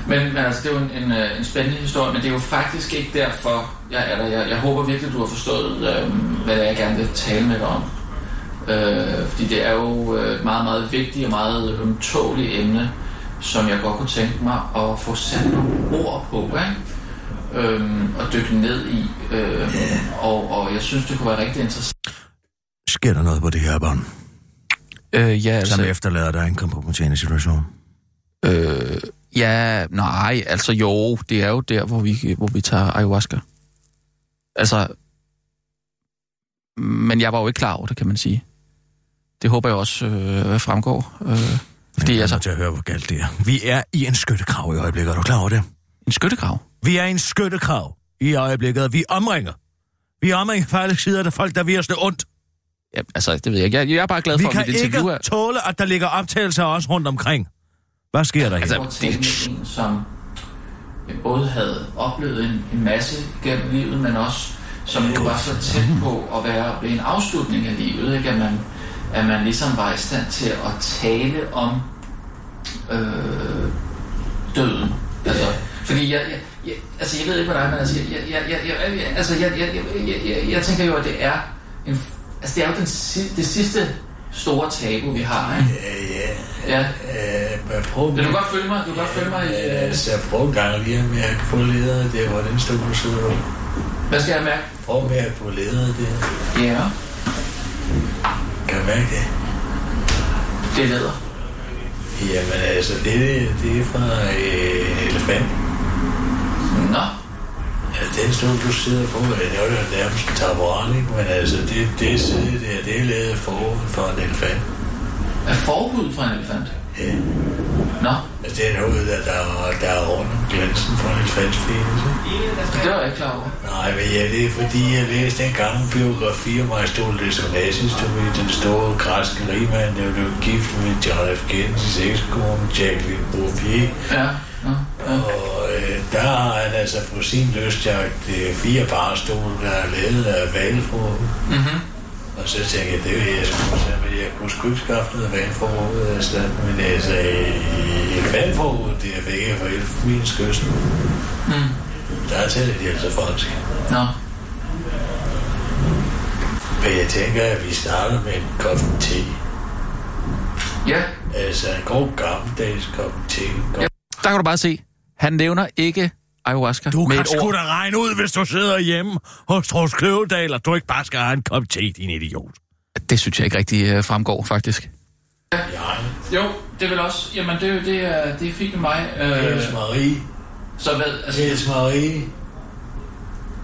Speaker 7: Men, men altså, det er jo en, en, øh, en spændende historie, men det er jo faktisk ikke derfor, jeg er der. Jeg, jeg håber virkelig, du har forstået, øh, hvad det er, jeg gerne vil tale med dig om. Øh, fordi det er jo øh, et meget, meget vigtigt og meget ømtåligt emne. som jeg godt kunne tænke mig at få sat nogle ord på, ikke? Øhm, og dykke ned i. Øhm, og, og jeg synes, det kunne være rigtig interessant.
Speaker 4: Sker der noget på det her bånd,
Speaker 5: Øh, ja,
Speaker 4: som
Speaker 5: altså...
Speaker 4: efterlader dig i en kompromitterende situation?
Speaker 5: Øh, ja, nej, altså jo, det er jo der, hvor vi, hvor vi tager ayahuasca. Altså, men jeg var jo ikke klar over det, kan man sige. Det håber jeg også øh, fremgår. Øh, fordi
Speaker 4: Jeg
Speaker 5: altså,
Speaker 4: kommer til at høre, hvor galt det er. Vi er i en skyttekrav i øjeblikket. Er du klar over det?
Speaker 5: en skyttegrav.
Speaker 4: Vi er i en skyttekrav i øjeblikket, og vi omringer. Vi omringer fejl sider af folk, der vil os det ondt.
Speaker 5: Ja, altså, det ved jeg ikke. Jeg, jeg er bare glad
Speaker 4: Vi
Speaker 5: for, at
Speaker 4: kan
Speaker 5: mit interview
Speaker 4: ikke
Speaker 5: er...
Speaker 4: tåle, at der ligger optagelser af os rundt omkring. Hvad sker der
Speaker 5: Altså,
Speaker 4: her?
Speaker 7: Jeg prøver at tale med en, som både havde oplevet en, en masse gennem livet, men også som nu var så tæt på at være ved en afslutning af livet, ikke? At, man, at man ligesom var i stand til at tale om øh, døden. Altså, fordi jeg, jeg, jeg, altså jeg ved ikke, hvad der er, men altså, jeg, jeg, jeg, jeg, jeg, altså, jeg, jeg, jeg, jeg, jeg, jeg tænker jo, at det er, en, altså det er jo den, si- det sidste store tabu, vi har, ikke? Ja, ja.
Speaker 8: Øh, men prøv
Speaker 7: Vil du godt følge mig? Du kan godt følge mig i... øh,
Speaker 8: Ja, så jeg prøver en gang lige med at få ledere der, hvor den stod så du.
Speaker 7: Hvad skal jeg mærke?
Speaker 8: Prøv med at få ledere der.
Speaker 7: Ja,
Speaker 8: Kan du mærke det?
Speaker 7: det leder.
Speaker 8: Jamen altså, det, det er fra øh, elefant.
Speaker 7: Nå,
Speaker 8: Ja, den stol, du sidder på, ja, det er jo nærmest en taburet, ikke? Men altså, det, det side der, det er lavet forhånden for en elefant.
Speaker 7: er forhud fra en elefant?
Speaker 8: Ja.
Speaker 7: Nå,
Speaker 8: Altså, det er noget, der, der, der er rundt om glansen for en elefants penis, ikke?
Speaker 7: det var jeg ikke klar over.
Speaker 8: Nej, men ja, det er fordi, jeg læste en gammel biografi om Aristoteles Onassis, du ved, den store græske rigmand, der blev gift med John F. Kennedys ekskone, Jacqueline Bouffier.
Speaker 7: Ja, nå.
Speaker 8: Og øh, der har han altså på sin lystjagt øh, fire barstol, der er lavet af valgforråd. Mm-hmm.
Speaker 4: Mhm.
Speaker 8: Og så tænkte jeg, det vil jeg sgu så, men jeg kunne sgu ikke skaffe noget valgforråd af stand, men altså, øh, valgforråd, det jeg fik jeg fra min skysten. Mm.
Speaker 4: Mhm.
Speaker 8: Der er tæt, de altså fransk.
Speaker 7: Nå,
Speaker 8: Men jeg tænker, at vi starter med en kop te.
Speaker 7: ja.
Speaker 8: Altså en god gammeldags kop te. En kop
Speaker 5: Der kan du bare se, han nævner ikke ayahuasca
Speaker 4: Du
Speaker 5: med
Speaker 4: kan
Speaker 5: et
Speaker 4: sgu
Speaker 5: ord.
Speaker 4: da regne ud, hvis du sidder hjemme hos Troels Kløvedal, og du ikke bare skal have en kop te, din idiot.
Speaker 5: Det synes jeg ikke rigtig øh, fremgår, faktisk.
Speaker 7: Jo, det vil også. Jamen, det, er jo- det, er, det er fint med mig. Øh,
Speaker 8: Else Marie.
Speaker 7: så hvad? Altså,
Speaker 8: Else Marie.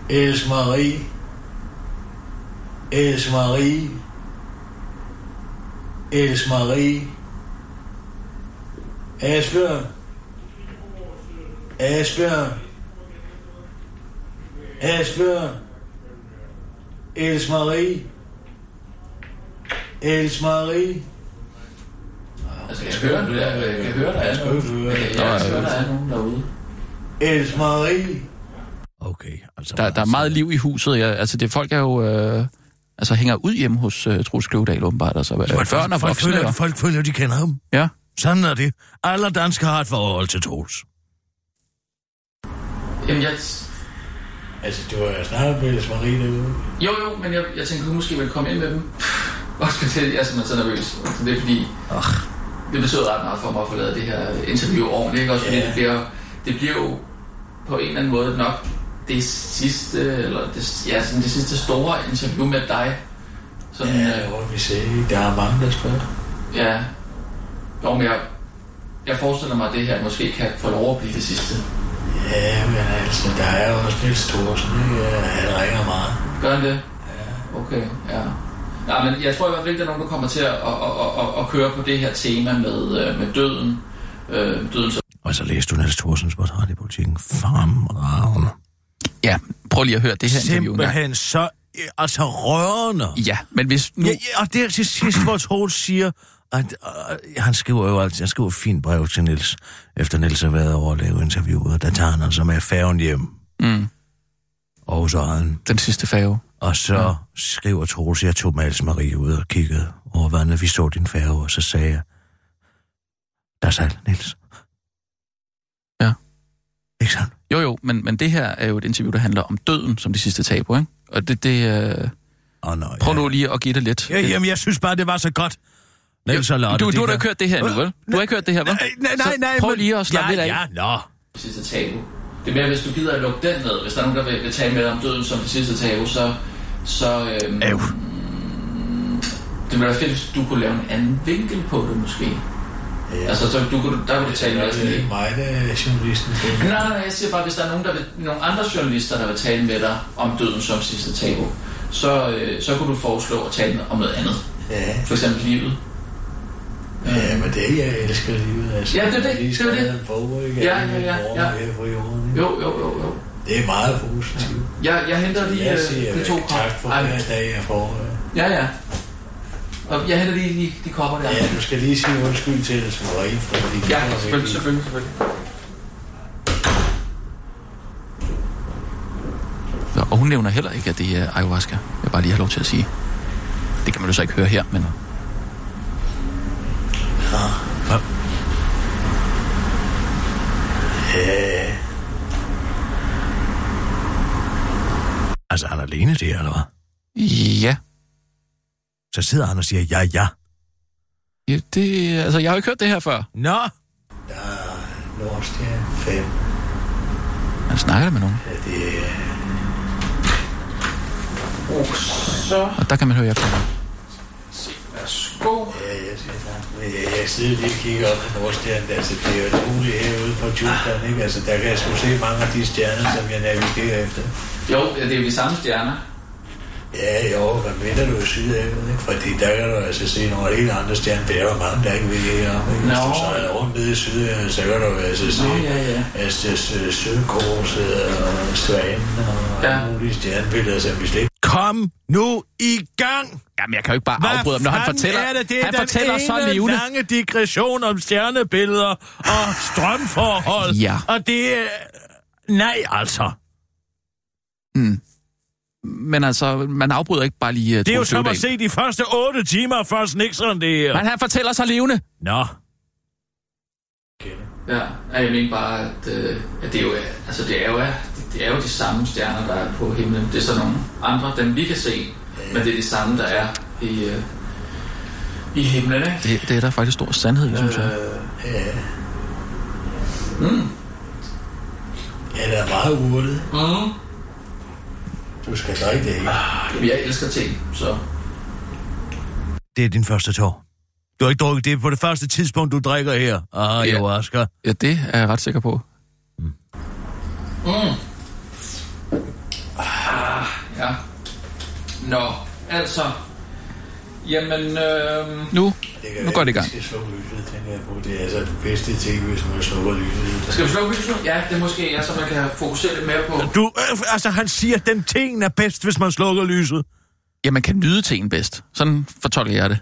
Speaker 8: Else Marie. Else Marie. Else Marie. Asbjørn. Asbjørn. Asbjørn. Else Marie. Else Marie.
Speaker 7: altså jeg hører det der. Jeg kan høre, der er
Speaker 8: Øv,
Speaker 7: nogen.
Speaker 8: øv,
Speaker 7: Jeg
Speaker 8: øv.
Speaker 7: kan jeg kan høre, der er nogen derude.
Speaker 8: Else Marie.
Speaker 4: Okay, altså...
Speaker 5: Der, der er meget liv i huset. Ja. Altså, det, folk er jo... Øh, altså, hænger ud hjemme hos øh, Troels Kløvedal, åbenbart. Altså, øh,
Speaker 4: Folk,
Speaker 5: børn og
Speaker 4: folk, folk,
Speaker 5: voksne.
Speaker 4: føler,
Speaker 5: og-
Speaker 4: folk føler, de kender ham.
Speaker 5: Ja.
Speaker 4: Sådan er det. Alle danskere har et forhold til Troels.
Speaker 7: Jamen, jeg...
Speaker 8: Altså, du har jo snakket med Else Marie derude.
Speaker 7: Jo, jo, men jeg, jeg tænkte, hun måske ville komme ind med dem. Og skal til, jeg er simpelthen så nervøs. Altså, det er fordi... Det betød ret meget for mig at få lavet det her interview ordentligt, ikke? Også fordi
Speaker 8: Ja.
Speaker 7: det bliver, det bliver jo på en eller anden måde nok det sidste, eller det, ja, sådan det sidste store interview med dig. Sådan,
Speaker 8: Ja,
Speaker 7: øh,
Speaker 8: hvor vi sagde, der er mange, der spørger.
Speaker 7: ja. Jo, men jeg, jeg forestiller mig, at det her måske kan få lov at blive det sidste.
Speaker 8: Ja, men altså, der er jo også Niels Thorsen, ikke? Ja, han ringer meget.
Speaker 7: Gør han det? Ja. Okay, ja. Nej, men jeg tror i hvert fald ikke, der er nogen, der kommer til at, at, at, at, at køre på det her tema med, øh, med døden. Øh, døden som
Speaker 4: Og så læste du Niels Thorsens portræt i politikken. Fremragende.
Speaker 5: Ja, prøv lige at høre det her interview engang.
Speaker 4: Simpelthen så øh, altså rørende.
Speaker 5: Ja, men hvis nu...
Speaker 4: Ja, ja, og det er til sidst, hvor Troels siger, at øh, han skriver jo altid, han skriver et fint brev til Niels, efter Niels har været over at lave interviewet, og der tager han altså med færgen hjem.
Speaker 5: Mm,
Speaker 4: Og så han,
Speaker 5: den sidste færge.
Speaker 4: og så ja. skriver Troels, jeg tog med Else Marie ud og kiggede over vandet, vi så din færge, og så sagde jeg, der sejl, Niels.
Speaker 5: Ja.
Speaker 4: Ikke sandt?
Speaker 5: Jo, jo, men, men det her er jo et interview, der handler om døden som det sidste tabu, ikke? Og det, det øh,
Speaker 4: Åh, nej.
Speaker 5: prøv nu lige at give det lidt.
Speaker 4: Ja, jamen, jeg synes bare, det var så godt. Nej, så Lotte,
Speaker 5: Du,
Speaker 4: det
Speaker 5: du har da
Speaker 4: kan-
Speaker 5: ikke hørt det her nu, vel? Du har ikke hørt det her, vel?
Speaker 4: Nej, nej, nej.
Speaker 5: Så
Speaker 4: nej
Speaker 5: prøv
Speaker 4: men-
Speaker 5: lige at slappe
Speaker 4: ja,
Speaker 5: lidt af.
Speaker 4: Ja, nå.
Speaker 7: sidste tabu. Det er mere, hvis du gider at lukke den ned, hvis der er nogen, der vil, vil tale med dig om døden som det sidste tabu, så... så øhm,
Speaker 4: Øv.
Speaker 7: Det ville være fedt, hvis du kunne lave en anden vinkel på det, måske. Ja. Altså, så du kunne, der kunne du tale med
Speaker 8: Det er ikke
Speaker 7: sådan
Speaker 8: mig, der er journalisten.
Speaker 7: Nej, nej, nej, jeg siger bare, hvis der er nogen, der vil, nogle andre journalister, der vil tale med dig om døden som sidste tabu, så, øh, så kunne du foreslå at tale om noget andet.
Speaker 8: Ja,
Speaker 7: For eksempel livet.
Speaker 8: ja, men det er jeg elsker livet. Altså.
Speaker 7: Ja, det er det,
Speaker 8: Lige
Speaker 7: det er
Speaker 8: skrevet
Speaker 7: det.
Speaker 8: en bog, ikke?
Speaker 7: Ja,
Speaker 8: Alle
Speaker 7: ja, ja,
Speaker 8: mine
Speaker 7: ja.
Speaker 8: år Her på jorden, ikke?
Speaker 7: Jo, jo, jo, jo.
Speaker 8: Det er meget positivt.
Speaker 7: Jeg, jeg henter lige
Speaker 8: Jeg
Speaker 7: øh,
Speaker 8: siger
Speaker 7: de to kop.
Speaker 8: tak for
Speaker 7: Ej,
Speaker 8: hver dag, jeg får. øh.
Speaker 7: Ja, ja. Og jeg henter lige de, de kopper der.
Speaker 8: Ja, du skal lige sige undskyld til Else Marie, for fordi
Speaker 7: Ja,
Speaker 8: hun er
Speaker 7: selvfølgelig,
Speaker 8: vigtig.
Speaker 7: selvfølgelig, selvfølgelig.
Speaker 5: Så- Og hun nævner heller ikke, at det er ayahuasca. Jeg vil bare lige have lov til at sige. Det kan man jo så ikke høre her, men...
Speaker 4: Altså, han er alene det, eller hvad?
Speaker 5: Ja,
Speaker 4: Så sidder han og siger ja, ja.
Speaker 5: ja det, altså, jeg har jo ikke hørt det her før.
Speaker 4: Nå,
Speaker 8: Nordstjerne 5.
Speaker 5: Man snakker der med nogen,
Speaker 8: Ja, det er...
Speaker 7: Så,
Speaker 5: og der kan man høre, at jeg kommer.
Speaker 7: værsgo.
Speaker 8: Ja, ja, det er tak. Men jeg, jeg sidder lige og kigger op på Nordstjernen. Altså, det er jo et hule herude på Djursland, ikke? Altså, der kan jeg sgu se mange af de stjerner, som jeg navigerer efter.
Speaker 7: Jo, ja, det er de samme stjerner.
Speaker 8: Ja, jo, men mindre du er syd af, ikke? Fordi der kan du altså se nogle helt andre stjerner. Det er der mange, der ikke ved heroppe, ikke? Hvis
Speaker 7: Nå.
Speaker 8: du sejler rundt nede i syd, så kan du altså se...
Speaker 7: Nå, ja, ja.
Speaker 8: Altså, sø- søkorset og svanen og
Speaker 7: Ja.
Speaker 8: ja. alle mulige stjernebilleder, som vi slet ikke
Speaker 4: kom nu i gang.
Speaker 5: Jamen, jeg kan jo ikke bare
Speaker 4: Hvad
Speaker 5: afbryde ham, når han
Speaker 4: fanden
Speaker 5: fortæller,
Speaker 4: er det? Det er
Speaker 5: han
Speaker 4: den
Speaker 5: fortæller
Speaker 4: ene
Speaker 5: så levende.
Speaker 4: lange digression om stjernebilleder og strømforhold.
Speaker 5: Ja.
Speaker 4: Og det er... Nej, altså.
Speaker 5: Men altså, man afbryder ikke bare lige uh,
Speaker 4: Det er jo som at se de første 8 timer før Nixon, det her.
Speaker 5: Men han fortæller så levende.
Speaker 4: Nå,
Speaker 8: kender.
Speaker 7: Ja, og jeg mener bare, at, øh, at det, er jo, er- altså, det, er jo, er- det, det er jo de samme stjerner, der er på himlen. Det er så nogle andre, dem vi kan se, men det er de samme, der er i, øh, i himlen, ikke?
Speaker 5: Det, det er der faktisk stor sandhed i, synes jeg.
Speaker 7: Øh,
Speaker 8: Ja. Ja, det er meget urtet.
Speaker 7: mm,
Speaker 8: Du skal drikke det hele.
Speaker 7: jamen, jeg elsker ting, så...
Speaker 4: det er din første tår. Du har ikke drukket det på det første tidspunkt, du drikker her. Ah,
Speaker 5: Ja.
Speaker 4: jo, Asger.
Speaker 5: Ja, det er jeg ret sikker på.
Speaker 7: Mm. Ah, ja. Nå, altså... Jamen, øh,
Speaker 5: Nu,
Speaker 8: Det kan
Speaker 5: nu går det i gang.
Speaker 8: Vi skal slukke lyset, tænker jeg på. Det er altså den bedste ting, hvis man slukker lyset.
Speaker 7: skal vi slukke lyset? nu? Ja, det er måske jeg, så man kan fokusere lidt mere på...
Speaker 4: Du, øh, altså, han siger, at den ting er bedst, hvis man slukker lyset.
Speaker 5: Ja, man kan nyde teen bedst. Sådan fortolker jeg det.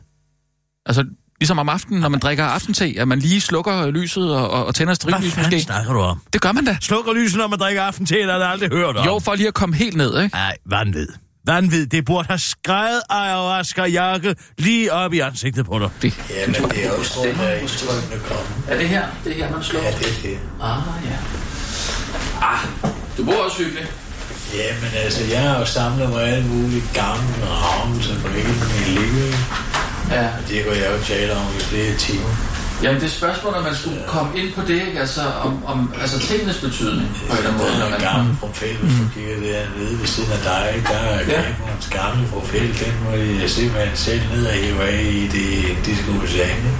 Speaker 5: Altså, ligesom om aftenen, når man drikker aftente, at man lige slukker øh, lyset og, og, og tænder
Speaker 4: Hvad
Speaker 5: striblys
Speaker 4: fanden
Speaker 5: måske.
Speaker 4: snakker du om?
Speaker 5: Det gør man da.
Speaker 4: Slukker lyset, når man drikker aftente, eller har jeg aldrig hørt om.
Speaker 5: Jo, for lige at komme helt ned, ikke?
Speaker 4: Nej, vanvid. Vanvid, det burde have skrevet ayahuasca jakke lige op i ansigtet på dig.
Speaker 5: Det.
Speaker 8: Ja, men det er også grund af indtrykkene kommer.
Speaker 7: Er det her? Det er her, man slukker?
Speaker 8: Ja, det er det.
Speaker 7: Ah, ja. Ah, du bor også hyggeligt.
Speaker 8: Ja, men altså, jeg har jo samlet mig alle mulige gamle rammelser fra hele mit liv. ikke?
Speaker 7: Ja.
Speaker 8: Og det kunne jeg jo tale om i flere timer.
Speaker 7: Jamen, det er spørgsmålet, om man skulle komme ind på det, ikke? Altså, om, om altså, tingenes betydning på en eller anden
Speaker 8: Der
Speaker 7: måde.
Speaker 8: er
Speaker 7: Når
Speaker 8: noget
Speaker 7: man...
Speaker 8: gammel profil, hvis
Speaker 4: Mm.
Speaker 8: du kigger dernede ved siden af dig. ikke? Der er
Speaker 7: Ja.
Speaker 8: Gabons gamle profil. Den må jeg simpelthen selv ned og hive af i det indiske ocean. ikke?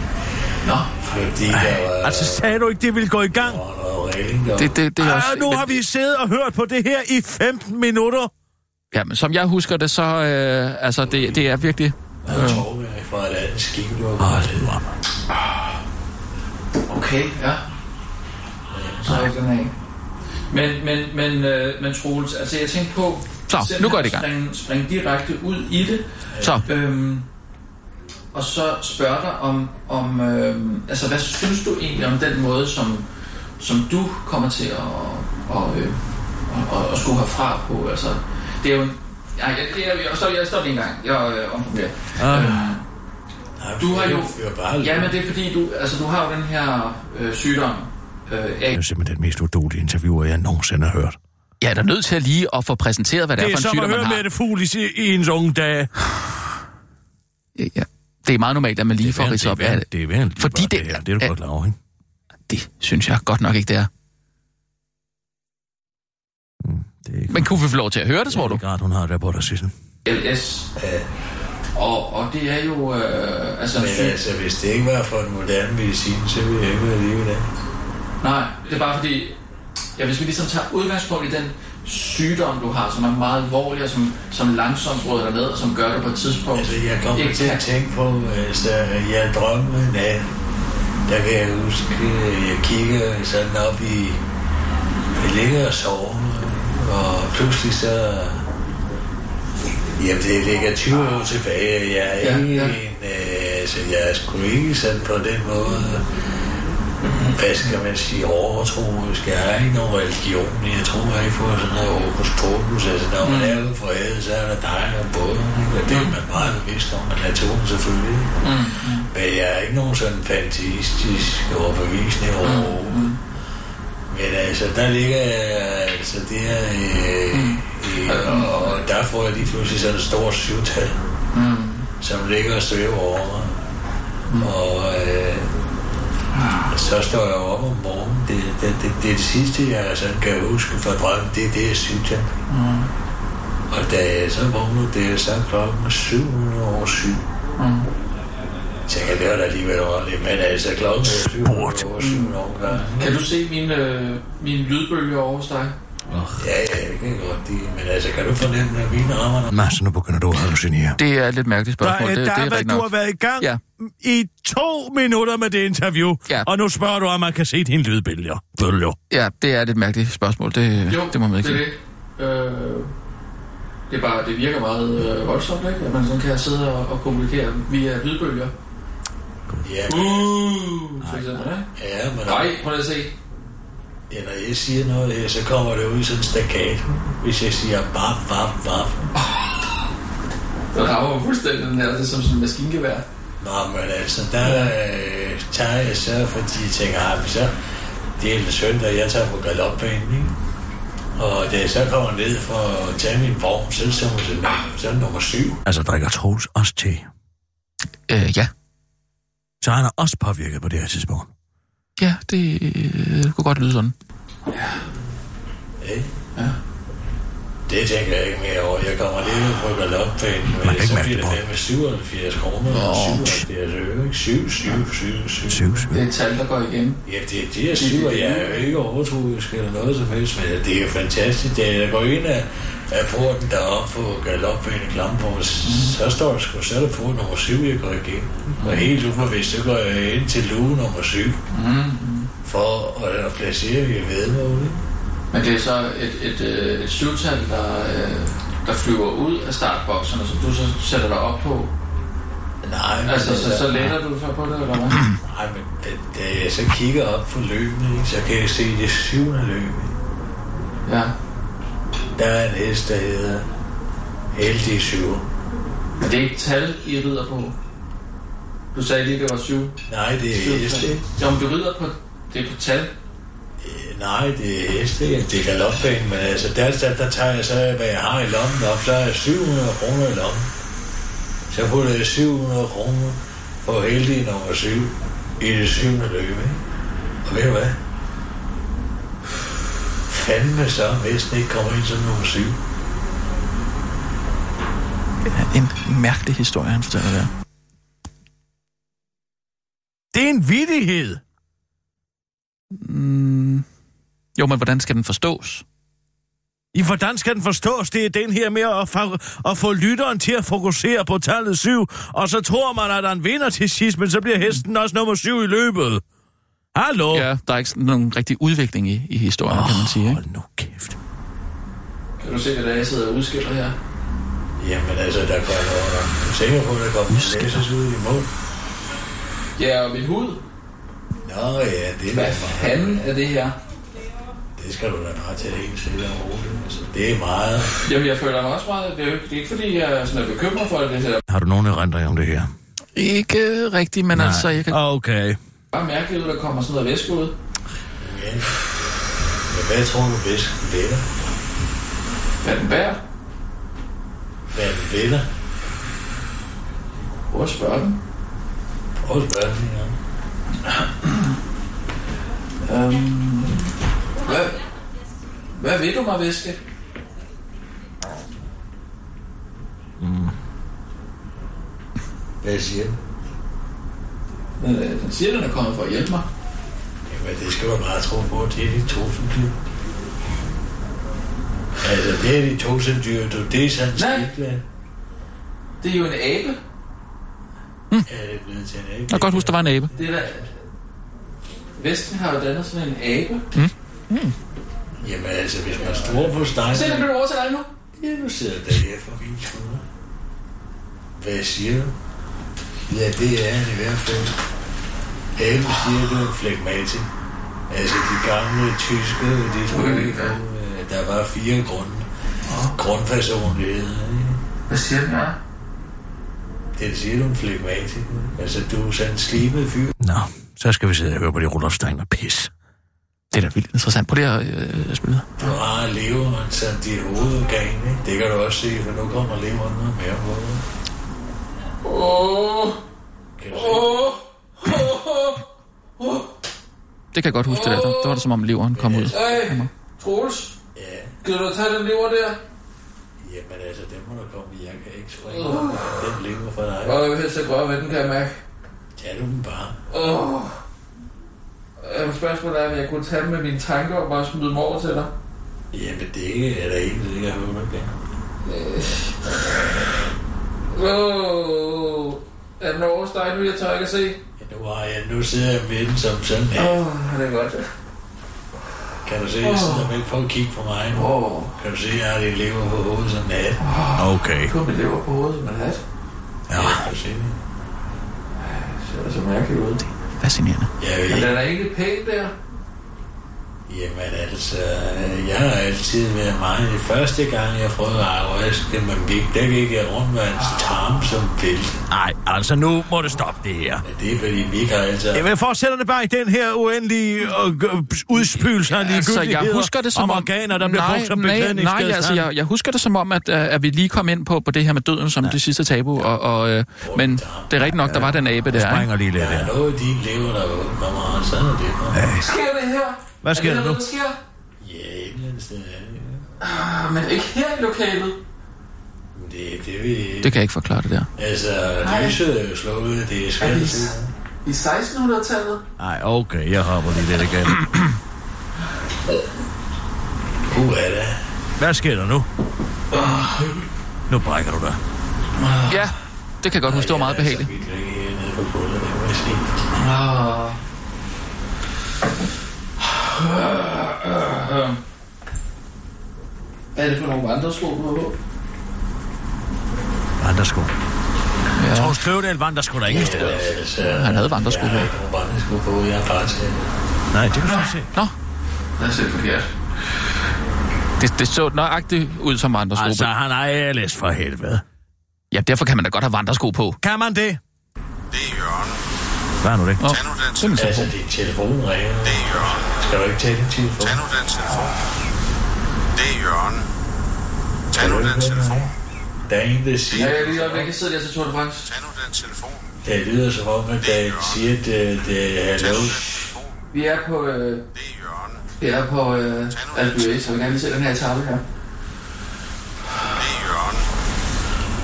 Speaker 7: Nå,
Speaker 8: Fordi der var
Speaker 4: Altså, sagde du ikke, det ville gå i gang?
Speaker 8: der var noget regling der.
Speaker 5: Det, det, det er også...
Speaker 4: Ej, nu har
Speaker 5: men-
Speaker 4: vi siddet og hørt på det her i 15 minutter.
Speaker 5: Ja, men som jeg husker det, så... Øh, altså, det, det er virkelig...
Speaker 8: var torvværk fra et andet skib, du har
Speaker 7: okay, ja. Så er den af. Men, men, men, øh, men Troels, altså jeg tænkte på...
Speaker 5: Så,
Speaker 7: selv
Speaker 5: nu går det i gang.
Speaker 7: Spring, spring direkte ud i det.
Speaker 5: Så,
Speaker 7: Øhm, og så spørger dig om, om øhm, altså hvad synes du egentlig om den måde, som, som du kommer til at, at, øh, at, at, at skulle herfra på? Altså, det er jo... en- Ej, jeg, jeg, jeg, jeg, står, jeg står lige en gang. Jeg øh, omformulerer. Øhm, Du har jo-
Speaker 8: Fyr bare
Speaker 7: Ja,
Speaker 8: ja,
Speaker 7: men det er fordi, du, altså, du har jo den her øh, sygdom, øh,
Speaker 4: Det
Speaker 7: af,
Speaker 4: er simpelthen den mest udolige interviewer, jeg nogensinde har hørt.
Speaker 5: jeg er da nødt til at lige at få præsenteret, hvad det,
Speaker 4: Det
Speaker 5: er
Speaker 4: er
Speaker 5: for en
Speaker 4: som at
Speaker 5: sygdom, man
Speaker 4: høre
Speaker 5: har.
Speaker 4: Mette Fugl i, i ens unge dage.
Speaker 5: Ja, ja. Det er meget normalt, at man lige får ridset op.
Speaker 10: det er,
Speaker 5: Ja,
Speaker 10: det er, det er,
Speaker 5: Fordi
Speaker 10: det,
Speaker 5: det-
Speaker 10: her. det er du
Speaker 5: at-
Speaker 10: godt klar over, ikke?
Speaker 5: det synes jeg godt nok ikke, det er.
Speaker 10: Det er ikke,
Speaker 5: Men kunne vi få lov til at høre det, tror
Speaker 10: det er
Speaker 5: du?
Speaker 10: ikke rart, hun har det på dig, Sissel.
Speaker 7: LS. Og, og det er jo øh, altså en
Speaker 4: Men
Speaker 7: syg...
Speaker 4: altså, hvis det ikke var for den moderne medicin, så ville jeg ikke være lige i dag.
Speaker 7: Nej, det er bare fordi, ja, hvis vi ligesom tager udgangspunkt i den sygdom, du har, som er meget alvorlig og som, som langsomt bryder dig ned, og som gør det på et tidspunkt.
Speaker 4: Altså, jeg kommer
Speaker 7: ikke
Speaker 4: til at
Speaker 7: kan-
Speaker 4: tænke på, altså, jeg drømmer en nat. Der kan jeg huske, øh, jeg kigger sådan op i... Jeg ligger og sover, og pludselig så... Jamen, det ligger 20 år tilbage. Jeg er
Speaker 7: Ja,
Speaker 4: ikke
Speaker 7: ja.
Speaker 4: en... Øh, altså, jeg er sgu ikke sådan på den måde... Hvad skal man sige? Overtroisk. Jeg har ikke nogen religion. Jeg tror ikke på sådan noget hokus pokus. Altså, når man er ude for æde, så er der dig og båden. ikke? Og det er man meget bevidst om, og naturen selvfølgelig. ikke? Men jeg er ikke nogen sådan fantastisk overbevisning overhovedet. Men altså, der ligger jeg, altså det her, øh, øh, og der får jeg lige pludselig sådan et stort syvtal, som ligger og støver over mig. Og øh, så står jeg op om morgenen. Det, det, det, det, er det sidste, jeg sådan kan huske fra drømmen, det er det her syvtal. Og da jeg så vågnede, det er så klokken 700 over syv. Jeg tænker, det var da alligevel ordentligt, men altså klokken er 700 over syv nogle gange.
Speaker 7: Kan du se min, øh, min lydbølge over hos dig?
Speaker 4: Ja, ja, det kan jeg godt lide. Men altså, kan du fornemme, at mine rammer der...
Speaker 10: Nå, så nu begynder du at hallucinere.
Speaker 5: Det er et lidt mærkeligt
Speaker 10: Der,
Speaker 5: spørgsmål.
Speaker 10: øh,
Speaker 5: det,
Speaker 10: der
Speaker 5: det er
Speaker 10: er, hvad,
Speaker 5: rigtig
Speaker 10: du har
Speaker 5: nok.
Speaker 10: været i gang
Speaker 5: Ja.
Speaker 10: i to minutter med det interview,
Speaker 5: Ja.
Speaker 10: og nu spørger du, om man kan se dine lydbølger. Bølger.
Speaker 5: Ja, det er et lidt mærkeligt spørgsmål. Det,
Speaker 7: Jo,
Speaker 5: det må man ikke
Speaker 7: det er det. Øh, det, er bare, det virker meget øh, voldsomt, ikke? at man sådan kan sidde og, og kommunikere via lydbølger.
Speaker 4: Ja,
Speaker 7: Uh, for eksempel, ikke?
Speaker 4: ja, men
Speaker 7: Nej, prøv lige at se.
Speaker 4: ja, når jeg siger noget her, så kommer det ud i sådan en staccato. Hvis jeg siger baf, baf, baf.
Speaker 7: Den rammer jo fuldstændig den her, det er som sådan en maskingevær.
Speaker 4: Nå, men altså, der øh, tager jeg så, fordi jeg tænker, ah, men så det er en søndag, jeg tager på galopbanen, ikke? Og da jeg så kommer ned for at tage min vogn, så er hun sådan, "Nå, så er det nummer syv.
Speaker 10: Altså, drikker Troels også te.
Speaker 5: sige. Øh, ja.
Speaker 10: Så han er også påvirket på det her tidspunkt.
Speaker 5: Ja, det øh, kunne godt lyde sådan.
Speaker 4: Ikke? Det tænker jeg ikke mere over. Jeg kommer lige ud på galopbanen,
Speaker 10: Man kan
Speaker 4: men
Speaker 10: ikke
Speaker 4: så
Speaker 10: mærke
Speaker 4: bliver
Speaker 10: det på.
Speaker 4: det med 77 kroner og 77 øre, ikke? 7, 7, 7, 7.
Speaker 10: Syv, syv.
Speaker 7: Det er et tal, der går igen.
Speaker 4: Ja, det er det, jeg siger. Jeg er jo ikke overtroisk eller noget som helst, men det er jo fantastisk. Da jeg går ind af, af porten deroppe på galopbanen i Klamborg, så står der sgu, så er der port nummer 7, jeg går igennem. Og helt ubevidst, så går jeg ind til luge nummer 7, for at, at placere i vedmål.
Speaker 7: Men det er så et, et, øh, et syvtal, der, øh, der flyver ud af startbokserne, som du så sætter dig op på.
Speaker 4: Nej, men
Speaker 7: Altså, så, så
Speaker 4: altså-
Speaker 7: letter du så på det, eller hvad?
Speaker 4: Nej, men da, da jeg så kigger op på løbene, ikke, så kan jeg se det syvende løb. ikke?
Speaker 7: Ja.
Speaker 4: Der er en hest, der hedder LD7.
Speaker 7: Men det er et tal, I rider på. Du sagde lige, det var syv.
Speaker 4: Nej, det er hest, ikke?
Speaker 7: Jo, men du rider på... Det er på tal.
Speaker 4: Øh, Nej, det er hest, ikke? Det er galopbanen, men altså, der, der, der tager jeg så, hvad jeg har i lommen op. Så har jeg 700 kroner i lommen. Så putter jeg 700 kroner på heldig nummer 7 i det syvende løb, ikke? Og ved du hvad? Fanden så, hvis den ikke kommer ind som nummer 7.
Speaker 5: En mærkelig historie, han fortæller der.
Speaker 10: Det er en vidighed.
Speaker 5: Jo, men hvordan skal den forstås?
Speaker 10: I hvordan skal den forstås? Det er den her med at, fa- at få lytteren til at fokusere på tallet 7, og så tror man, at han vinder til sidst, men så bliver hesten også nummer 7 i løbet. Hallo?
Speaker 5: Ja, der er ikke sådan nogen rigtig udvikling i, i historien, oh, kan man sige. Ikke?
Speaker 10: Hold nu kæft.
Speaker 7: Kan du se, hvad der er, jeg sidder og udskiller her?
Speaker 4: Jamen altså, der kommer... Du er sikker på, at der kommer læsers ud i mål?
Speaker 7: Ja, og min hud.
Speaker 4: Nå ja, det er da
Speaker 7: Hvad
Speaker 4: meget-
Speaker 7: fanden er det her?
Speaker 4: Det skal du da bare tage helt stille og roligt. Altså, det er meget...
Speaker 7: Jamen, jeg føler mig også meget... Det er, jo, ikke- det er ikke, fordi jeg sådan er bekymret for det. Det ser
Speaker 10: Har du nogen erindring om det her?
Speaker 5: Ikke rigtigt, men Nej. altså, jeg kan...
Speaker 10: Okay.
Speaker 7: bare mærkeligt ud, der kommer sådan noget væske ud.
Speaker 4: Ja. Men hvad tror du bedst? Vinder?
Speaker 7: Hvad den bærer?
Speaker 4: Hvad er den vinder?
Speaker 7: Hvor spørger den?
Speaker 4: Prøv at spørge lige om.
Speaker 7: Øhm, hvad, hvad vil du mig viske?
Speaker 4: Hvad siger den?
Speaker 7: Øh, Den siger, den er kommet for at hjælpe mig.
Speaker 4: Jamen, det skal man bare tro på. Det er de to som dyr. Altså, det er de to som dyr. Du, det er sådan
Speaker 7: Nej.
Speaker 4: skidt, hvad?
Speaker 7: Det er jo en abe.
Speaker 4: Ja, det er blevet til en æg.
Speaker 5: Jeg kan godt huske, der var en abe.
Speaker 7: Det er da... Vesten har jo dannet sådan en abe.
Speaker 4: Jamen, altså, hvis man står på stangen...
Speaker 7: Se, den blev over til dig nu.
Speaker 4: Ja, nu sidder der her for min skulder. Hvad siger du? Ja, det er han i hvert fald. Alle siger, du er en flegmatik. Altså, de gamle tyske, de troede, ikke på, øh, der var fire grunde. Grundpersonligheder. ikke?
Speaker 7: Hvad siger den her?
Speaker 4: Det siger du er en flegmatik. Altså, du er sådan en slibet fyr.
Speaker 11: Nå, så skal vi sidde og høre på de Rudolf Steiner pis.
Speaker 5: Det er da vildt interessant. Prøv lige at øh, spille videre.
Speaker 4: Du har leveren som dit hovedorgan, ikke? Det kan du også se, for nu kommer leveren noget mere på.
Speaker 7: Åh,
Speaker 4: Kan du se?
Speaker 7: åh, åh, åh.
Speaker 5: Det kan jeg godt huske, det der. Der der var det, som om leveren kom ud.
Speaker 7: Øj, Troels.
Speaker 4: Ja,
Speaker 7: Gider du tage den lever der?
Speaker 4: jamen altså, den må du komme i. Jeg kan ikke springe. Den lever for dig.
Speaker 7: Åh, jeg vil helst ikke røre ved den, kan jeg mærke.
Speaker 4: Tag du den bare.
Speaker 7: Åh. Øh, Spørgsmålet er, om jeg kunne tage dem med mine tanker og bare smide dem over til dig.
Speaker 4: Jamen, det er da egentlig ikke, jeg hører det.
Speaker 7: Øh. Åh, er den over hos dig nu, jeg tør ikke at se?
Speaker 4: Ja, nu, har jeg, nu sidder jeg med den som sådan her.
Speaker 7: Åh, det er godt.
Speaker 4: Kan du se, jeg sidder med på at kigge på mig nu.
Speaker 7: Åh,
Speaker 4: Kan du se, jeg har det lever på hovedet som nat.
Speaker 11: Okay.
Speaker 7: kun mit lever på hovedet med hat.
Speaker 4: Ja. Kan du se det?
Speaker 7: Det ser så mærkeligt ud.
Speaker 5: Fascinerende.
Speaker 4: Jeg ved
Speaker 7: Men
Speaker 4: ikke.
Speaker 7: den er egentlig pæn der.
Speaker 4: Jamen altså, jeg har altid været meget. Det første gang, jeg prøvede at afraske, men gik, der gik jeg rundt med hans tarm som vælte.
Speaker 11: Nej, altså nu må det stoppe det her.
Speaker 4: Men det er fordi, vi ikke har altid...
Speaker 11: Jamen, fortsætter det bare i den her uendelige øh, og udspylelse af
Speaker 5: Altså,
Speaker 11: ligegyldigheder
Speaker 5: jeg husker det som
Speaker 11: om...
Speaker 5: om...
Speaker 11: organer, der bliver brugt som
Speaker 5: nej, nej,
Speaker 11: beklædningsgenstand.
Speaker 5: altså, jeg, jeg husker det som om, at, øh, at vi lige kom ind på, på det her med døden som det sidste tabu, og, og, øh, men det er rigtigt nok, der var den abe der, ikke?
Speaker 11: Springer lige lidt
Speaker 4: Der
Speaker 11: her.
Speaker 4: er noget, de lever derude, kommer sådan er det. nå.
Speaker 7: Hvad sker det her?
Speaker 11: Hvad sker
Speaker 7: er
Speaker 11: der
Speaker 7: det
Speaker 11: nu?
Speaker 7: noget, der sker?
Speaker 4: Ja, et eller andet sted er det. ja.
Speaker 7: Ah, men ikke her i lokalet.
Speaker 4: Men Det, det vil...
Speaker 5: Det kan jeg ikke forklare det der.
Speaker 4: Altså,
Speaker 7: Nej.
Speaker 4: lyset er jo slået, det er
Speaker 7: Er
Speaker 4: svært.
Speaker 7: det i 1600-tallet?
Speaker 11: Nej, okay, jeg hopper lige lidt igen.
Speaker 4: Uh, er det? Ah.
Speaker 11: Hvad sker der nu? Nu brækker du dig.
Speaker 5: Ja, det kan jeg godt huske, det var meget behageligt.
Speaker 4: Altså, vi kan ikke nede på gulvet, det må jeg sige.
Speaker 7: Ah. Hvad er det for nogle vandresko, du har på?
Speaker 11: Vandersko. Ja. Troels Kløvedal vandrer der ikke i stedet.
Speaker 4: Altså,
Speaker 5: Han havde vandresko
Speaker 4: jeg
Speaker 5: på.
Speaker 4: har ikke nogen vandresko på, jeg har bare til.
Speaker 11: Nej, det kan du ikke se.
Speaker 5: Nå,
Speaker 7: Lad os se forkert.
Speaker 5: det, det så nøjagtigt ud som vandresko.
Speaker 11: Altså,
Speaker 5: Altså.
Speaker 11: han er ærlig for helvede.
Speaker 5: Ja, derfor kan man da godt have vandresko på.
Speaker 11: Kan man det?
Speaker 9: Det er Jørgen.
Speaker 11: Hvad er nu det?
Speaker 5: Nå,
Speaker 9: Tag nu den
Speaker 5: det er min
Speaker 9: telefon.
Speaker 4: Altså,
Speaker 5: telefon.
Speaker 4: din telefon ringer.
Speaker 9: Det er Jørgen.
Speaker 4: Skal du ikke tage din telefon?
Speaker 9: Tag nu den telefon. Det er Jørgen. Tag nu den telefon.
Speaker 4: Der er en, der
Speaker 7: Ja,
Speaker 4: siger...
Speaker 7: jeg lige øjeblik, jeg sidder der til Tour de France.
Speaker 9: Tag nu den telefon.
Speaker 4: Det lyder som om, at der siger, at øh, det er
Speaker 9: Tag
Speaker 4: hallo.
Speaker 9: nu den telefon.
Speaker 7: Vi er på,
Speaker 9: Det
Speaker 7: øh,
Speaker 9: er Jørgen.
Speaker 7: vi er på øh, Albury, så vi kan gerne lige se den her etape her.
Speaker 9: Det er Jørgen.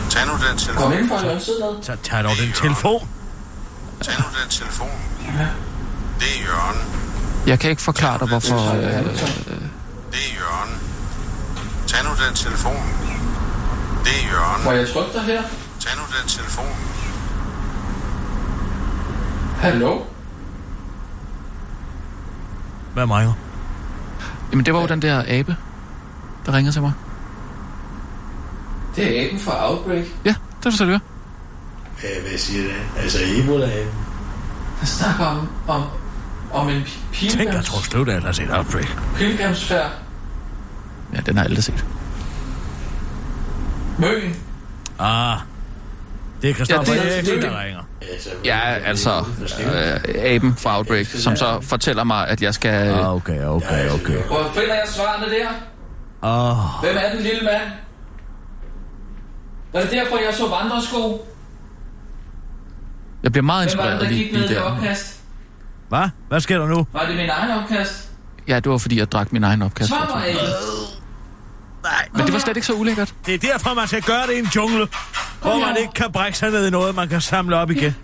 Speaker 9: Tag nu den telefon.
Speaker 7: Kom ind for Jørgen, sid ned.
Speaker 11: Så tag dog den telefon.
Speaker 9: Tag nu den telefon. Det er Jørgen.
Speaker 5: Øh, Jeg kan ikke forklare dig, hvorfor... Øh,
Speaker 9: Det er Jørgen. Tag nu den telefon. Det er Jørgen.
Speaker 7: Må øh, jeg trykke dig her?
Speaker 9: Tag nu den telefon.
Speaker 7: Hallo?
Speaker 11: Hvad mig?
Speaker 5: jamen, det var jo den der abe, der ringede til mig.
Speaker 7: Det er aben fra Outbreak.
Speaker 5: Ja, det var så det var.
Speaker 4: Hvad, hvad siger det? Altså, Ebola er...
Speaker 7: Han snakker om, om, om en pi-
Speaker 11: Tænk, at
Speaker 7: pilgrims,
Speaker 11: Troels Kløvedal har set Outbreak.
Speaker 7: pilgrimsfærd.
Speaker 5: Ja, den har jeg aldrig set.
Speaker 7: Møen.
Speaker 11: Ah, det er Christoffer
Speaker 5: Ja,
Speaker 11: ja,
Speaker 5: det er-
Speaker 11: Eriksen,
Speaker 7: det er-
Speaker 11: der ringer.
Speaker 4: Altså,
Speaker 5: Ja,
Speaker 4: hvad-
Speaker 5: altså,
Speaker 4: hvad siger du?
Speaker 5: øh, aben fra Outbreak, som så fortæller mig, at jeg skal... Øh,
Speaker 11: Ah, okay, okay, okay.
Speaker 7: Hvor finder jeg svarene der?
Speaker 11: Ah,
Speaker 7: Hvem er den lille mand? Var det derfor, jeg så vandresko?
Speaker 5: Jeg bliver meget
Speaker 7: Hvem var det,
Speaker 5: inspireret
Speaker 7: der
Speaker 5: lige,
Speaker 7: gik ned
Speaker 5: lige
Speaker 7: i det
Speaker 5: der.
Speaker 7: opkast?
Speaker 4: Hvad? Hvad sker der nu?
Speaker 7: Var det min egen opkast?
Speaker 5: Ja, det var fordi, jeg drak min egen opkast.
Speaker 7: Svar mig ikke.
Speaker 5: Men det var slet ikke så ulækkert.
Speaker 4: Det er derfor, man skal gøre det i en jungle, hvor man
Speaker 7: herover.
Speaker 4: ikke kan brække sig ned i noget, man kan samle op igen.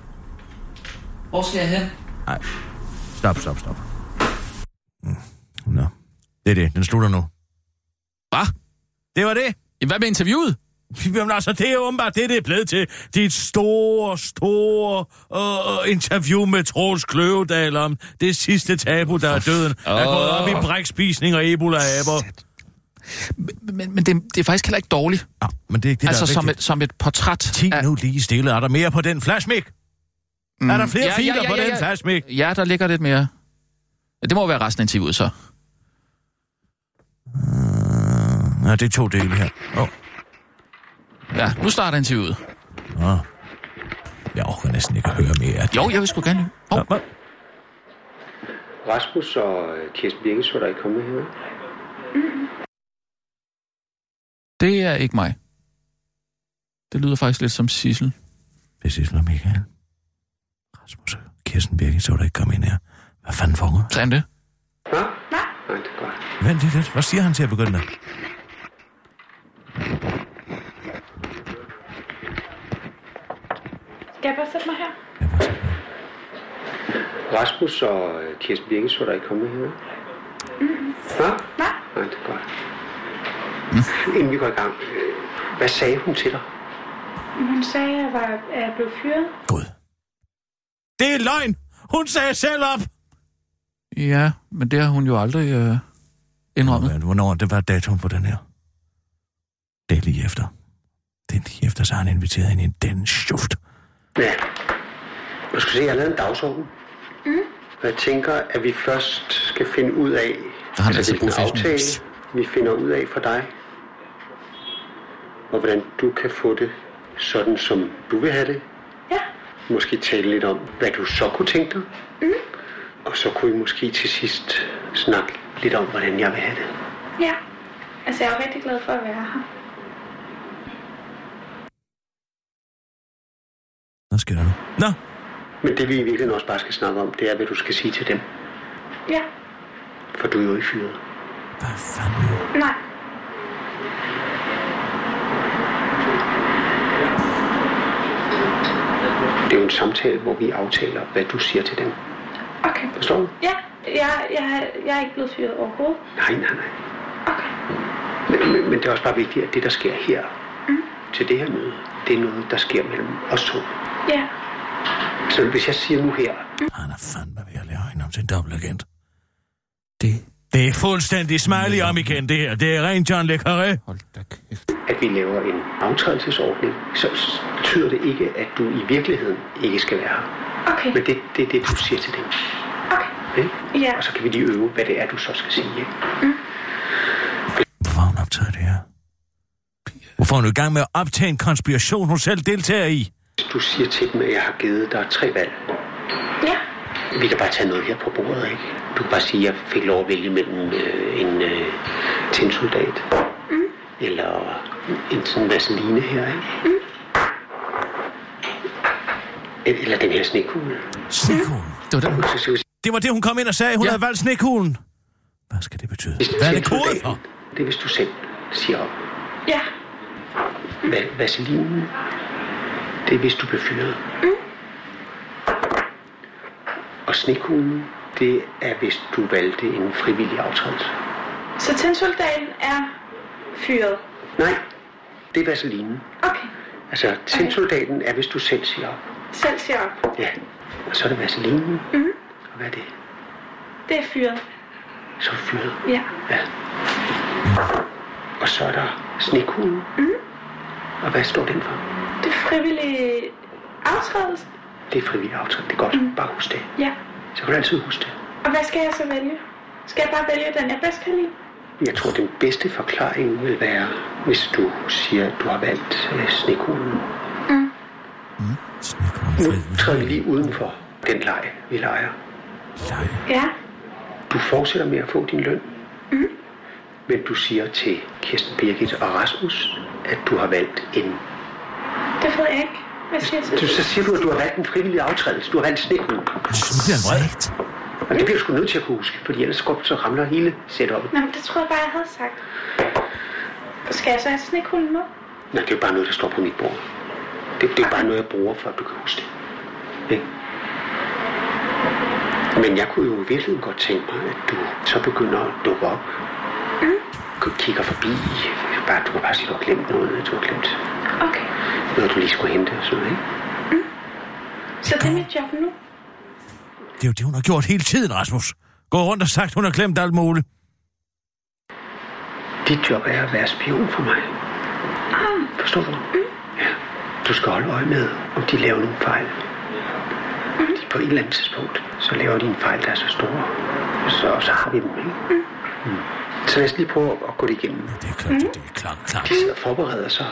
Speaker 7: Hvor skal jeg hen?
Speaker 4: Stop, stop, stop. Mm. Nå. Det er det. Den slutter nu.
Speaker 5: Hvad?
Speaker 4: Det var det.
Speaker 5: Jamen, Hvad med interviewet?
Speaker 4: Jamen altså, det er jo åbenbart det, det er blevet til. Dit store, store øh, interview med Troels Kløvedal om det sidste tabu, der er døden. Er gået op i brækspisning og ebola-aber.
Speaker 5: Men, men det, det er faktisk heller ikke dårligt.
Speaker 4: Ja, men det er ikke det,
Speaker 5: altså,
Speaker 4: der er
Speaker 5: som
Speaker 4: vigtigt.
Speaker 5: et, som et portræt.
Speaker 4: Ti
Speaker 5: af-
Speaker 4: nu lige stille. Er der mere på den flashmik? Mm. Er der flere
Speaker 5: Ja, ja,
Speaker 4: filer
Speaker 5: ja,
Speaker 4: på
Speaker 5: ja,
Speaker 4: den
Speaker 5: ja.
Speaker 4: flashmik?
Speaker 5: Ja, der ligger lidt mere. Ja, Det må være resten af interviewet, så.
Speaker 4: Ja, det er to dele her. Åh, oh,
Speaker 5: Ja, nu starter interviewet.
Speaker 4: jeg orker næsten ikke at høre mere.
Speaker 5: Jo, jeg vil sgu gerne. Hov,
Speaker 4: Nå, hvad?
Speaker 12: Rasmus og øh, Kirsten Birke, så der ikke kommet her.
Speaker 5: det er ikke mig. Det lyder faktisk lidt som Sissel.
Speaker 4: Hvis det er Michael. Rasmus og Kirsten Birke, så er der ikke komme ind her. Hvad fanden foregår? der?
Speaker 5: Sagde han det?
Speaker 12: Hva? Nej, det er godt.
Speaker 4: Vent lige lidt. Hvad siger han til at begynde med?
Speaker 6: Skal jeg bare sætte mig her?
Speaker 4: Ja, hvad siger han?
Speaker 12: Rasmus og øh, Kirsten Birke, så der ikke kommet her.
Speaker 6: Mm.
Speaker 12: Hva? Nej, det er godt. Mm. Inden vi går i gang, øh, hvad sagde hun til dig?
Speaker 6: Hun sagde, at jeg, var, at jeg blev fyret.
Speaker 4: Gud. Det er løgn! Hun sagde selv op!
Speaker 5: Ja, men det har hun jo aldrig øh, indrømmet.
Speaker 4: Men Hvornår det var datoen på den her? Det er lige efter. Det er lige efter, så har han inviteret hende ind i den schuft.
Speaker 12: Ja. Du skal se, jeg har lavet en dagsorden. Mm. Og jeg tænker, at vi først skal finde ud af,
Speaker 5: Der har han altså
Speaker 12: hvilken
Speaker 5: professionel.
Speaker 12: aftale vi finder ud af for dig. Og hvordan du kan få det sådan, som du vil have det.
Speaker 6: Ja.
Speaker 12: Måske tale lidt om, hvad du så kunne tænke dig. Mm. Og så kunne vi måske til sidst snakke lidt om, hvordan jeg vil have det.
Speaker 6: Ja. Altså, jeg er jo rigtig glad for at være her.
Speaker 4: Nå, sker der nu? Nå,
Speaker 12: Men det vi i virkeligheden også bare skal snakke om, det er, hvad du skal sige til dem.
Speaker 6: Ja.
Speaker 12: For du er jo ikke fyret.
Speaker 4: hvad fanden?
Speaker 6: Nej.
Speaker 12: Det er jo en samtale, hvor vi aftaler, hvad du siger til dem.
Speaker 6: Okay.
Speaker 12: Forstår du?
Speaker 6: Ja. Jeg, jeg, jeg er ikke blevet fyret overhovedet.
Speaker 12: Nej, nej, nej.
Speaker 6: Okay.
Speaker 12: Men, men, men det er også bare vigtigt, at det, der sker her, mm. til det her møde, det er noget, der sker mellem os to.
Speaker 6: Ja.
Speaker 12: Så hvis jeg siger nu her,
Speaker 4: Han er fandme ved at lave hende om til en dobbeltagent. Det? Det er fuldstændig smiley om igen, det her. Det er rent John Le Carré.
Speaker 5: Hold da kæft.
Speaker 12: at vi laver en aftrædelsesordning, så s- betyder det ikke, at du i virkeligheden ikke skal være her.
Speaker 6: Okay.
Speaker 12: Men det, det er det, du siger til dem.
Speaker 6: Okay.
Speaker 12: Ikke?
Speaker 6: Ja.
Speaker 12: Og så kan vi lige øve, hvad det er, du så skal sige. Ikke?
Speaker 4: Hvorfor har hun optaget det her? Hvorfor er hun i gang med at optage en konspiration, hun selv deltager i?
Speaker 12: Hvis du siger til dem, at jeg har givet dig tre valg,
Speaker 6: Ja.
Speaker 12: vi kan bare tage noget her på bordet, ikke? Du kan bare sige, at jeg fik lov at vælge mellem øh, en øh, tændsoldat eller en sådan vaseline her, ikke? Mm. Eller den her snekugle.
Speaker 4: Snekulen.
Speaker 5: Det var den.
Speaker 12: Så skal vi sige,
Speaker 4: Det var det, hun kom ind og sagde. Hun ja.
Speaker 5: Ja.
Speaker 4: havde valgt snekulen. Hvad skal det betyde?
Speaker 12: hvis
Speaker 4: Hvad er det kode
Speaker 12: tinsoldaten,
Speaker 4: for?
Speaker 12: Det er, hvis du selv siger op.
Speaker 6: Ja.
Speaker 12: Va- vaselinen, det er, hvis du bliver fyret. Og snekuglen, det er, hvis du valgte en frivillig aftrædelse.
Speaker 6: Så tændsoldaten er fyret.
Speaker 12: Nej, det er vaselinen.
Speaker 6: Okay.
Speaker 12: Altså, tændsoldaten er, hvis du selv siger op.
Speaker 6: Selv siger jeg op. Mhm.
Speaker 12: Ja, og så er det vaselinen. Mm. Og hvad er det?
Speaker 6: Det er fyret.
Speaker 12: Så er du fyret.
Speaker 6: Ja.
Speaker 12: Ja. Og så er der snekuglen.
Speaker 6: Mhm.
Speaker 12: Mm. Og hvad står den for?
Speaker 6: Det er frivillige aftrædelse.
Speaker 12: Det er frivillig aftrædelse. Det er godt.
Speaker 6: Mhm.
Speaker 12: Mm. Bare husk det.
Speaker 6: Ja.
Speaker 12: Så kan du altid huske det.
Speaker 6: Og hvad skal jeg så vælge? Skal jeg bare vælge den, jeg bedst kan lide?
Speaker 12: Jeg tror, den bedste forklaring vil være, hvis du siger, at du har valgt øh, snekuglen.
Speaker 4: Snekulen.
Speaker 12: Nu træder vi lige udenfor den leg, vi leger.
Speaker 6: Ja.
Speaker 12: Du fortsætter med at få din løn. Mm.
Speaker 6: Mhm.
Speaker 12: Men du siger til Kirsten Birgit og Rasmus, at du har valgt en...
Speaker 6: Det ved jeg ikke.
Speaker 13: Hvad siger
Speaker 12: Du, så siger du, at du har valgt en frivillig aftrædelse. Du har valgt snit nu.
Speaker 4: Sigt.
Speaker 12: Og det bliver du sgu nødt til at kunne huske, fordi ellers går, så ramler hele setup'et.
Speaker 13: Nå, men det tror jeg bare, jeg havde sagt. Skal jeg så have snekunden med?
Speaker 12: Nej, det er jo bare noget, der står på mit bord. Det, det er bare noget, jeg bruger, for at du kan huske det. Ikke? Men jeg kunne jo i virkeligheden godt tænke mig, at du så begynder at dukke op. Mm. Kigger forbi. Bare, du kan bare sige, at du har glemt noget. Du har glemt
Speaker 13: Okay.
Speaker 12: noget, du lige skulle hente. og Sådan, noget, ikke?
Speaker 13: Så det er mit job nu.
Speaker 4: Det er jo det, hun har gjort hele tiden, Rasmus. Gå rundt og sagt, hun har glemt alt muligt.
Speaker 12: Dit job er at være spion for mig. Forstår du? Ja. Du skal holde øje med, om de laver nogle fejl. Fordi på et eller andet tidspunkt, så laver de en fejl, der er så stor. Så, så har vi dem, ikke? Mm. Så lad os lige prøve at- at gå det igennem.
Speaker 4: Det er klart, det er klart, klart.
Speaker 12: De sidder og forbereder sig.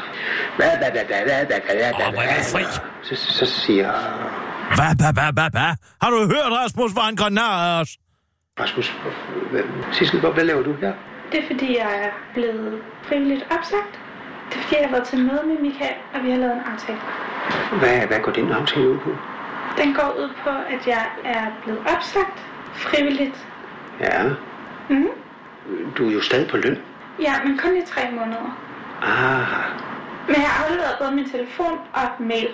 Speaker 12: Hvad, hvad, hvad, hvad, hvad, hvad, hvad, hvad,
Speaker 4: må jeg være fri?
Speaker 12: Så, så siger
Speaker 4: Hvad, hvad, hvad, hvad, hvad? Har du hørt, Rasmus, hvor han går nær os?
Speaker 12: Rasmus, hvad, Sissel, hvad, hvad laver du her?
Speaker 13: Det er fordi, jeg er blevet frivilligt opsagt. Det er fordi, jeg har været til møde med Michael, og vi har lavet en aftale.
Speaker 12: Hvad, hvad går den aftale ud på?
Speaker 13: Den går ud på, at jeg er blevet opsagt frivilligt.
Speaker 12: Ja,
Speaker 13: Mm.
Speaker 12: du er jo stadig på løn.
Speaker 13: Ja, men kun i tre måneder.
Speaker 12: Ah,
Speaker 13: Men jeg har afleveret både min telefon og mail.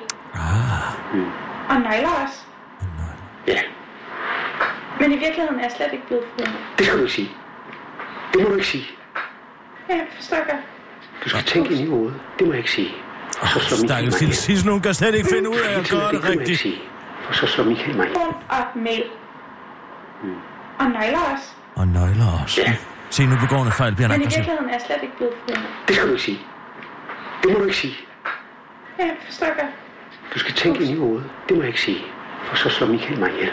Speaker 12: mm.
Speaker 13: Og nøgler også.
Speaker 12: ja,
Speaker 13: Men i virkeligheden er jeg slet ikke blevet frivillig.
Speaker 12: det skal du ikke sige. Det må du ikke sige.
Speaker 13: Ja, jeg forstår godt.
Speaker 12: Du skal tænke ind i hovedet. Det må jeg ikke sige. Og så slår Michael
Speaker 4: Stakkels
Speaker 12: mig
Speaker 4: lille
Speaker 12: ihjel.
Speaker 4: Sissel, hun kan slet ikke finde ud af at
Speaker 12: Det må
Speaker 4: gøre det
Speaker 12: jeg ikke
Speaker 4: rigtigt.
Speaker 12: sige. Og så slår Michael mig ihjel.
Speaker 13: Telefon og mail.
Speaker 12: Mm.
Speaker 13: Og nøgler også.
Speaker 4: Og nøgler også. Se, nu begår hun en fejl, bliver han
Speaker 13: Men i
Speaker 4: aggressiv.
Speaker 13: virkeligheden er jeg slet ikke blevet frivillig.
Speaker 12: Det skal du ikke sige. Det må du ikke sige.
Speaker 13: Ja, jeg forstår godt.
Speaker 12: Du skal tænke ind i hovedet. Det må jeg ikke sige. For så slår Michael mig ihjel.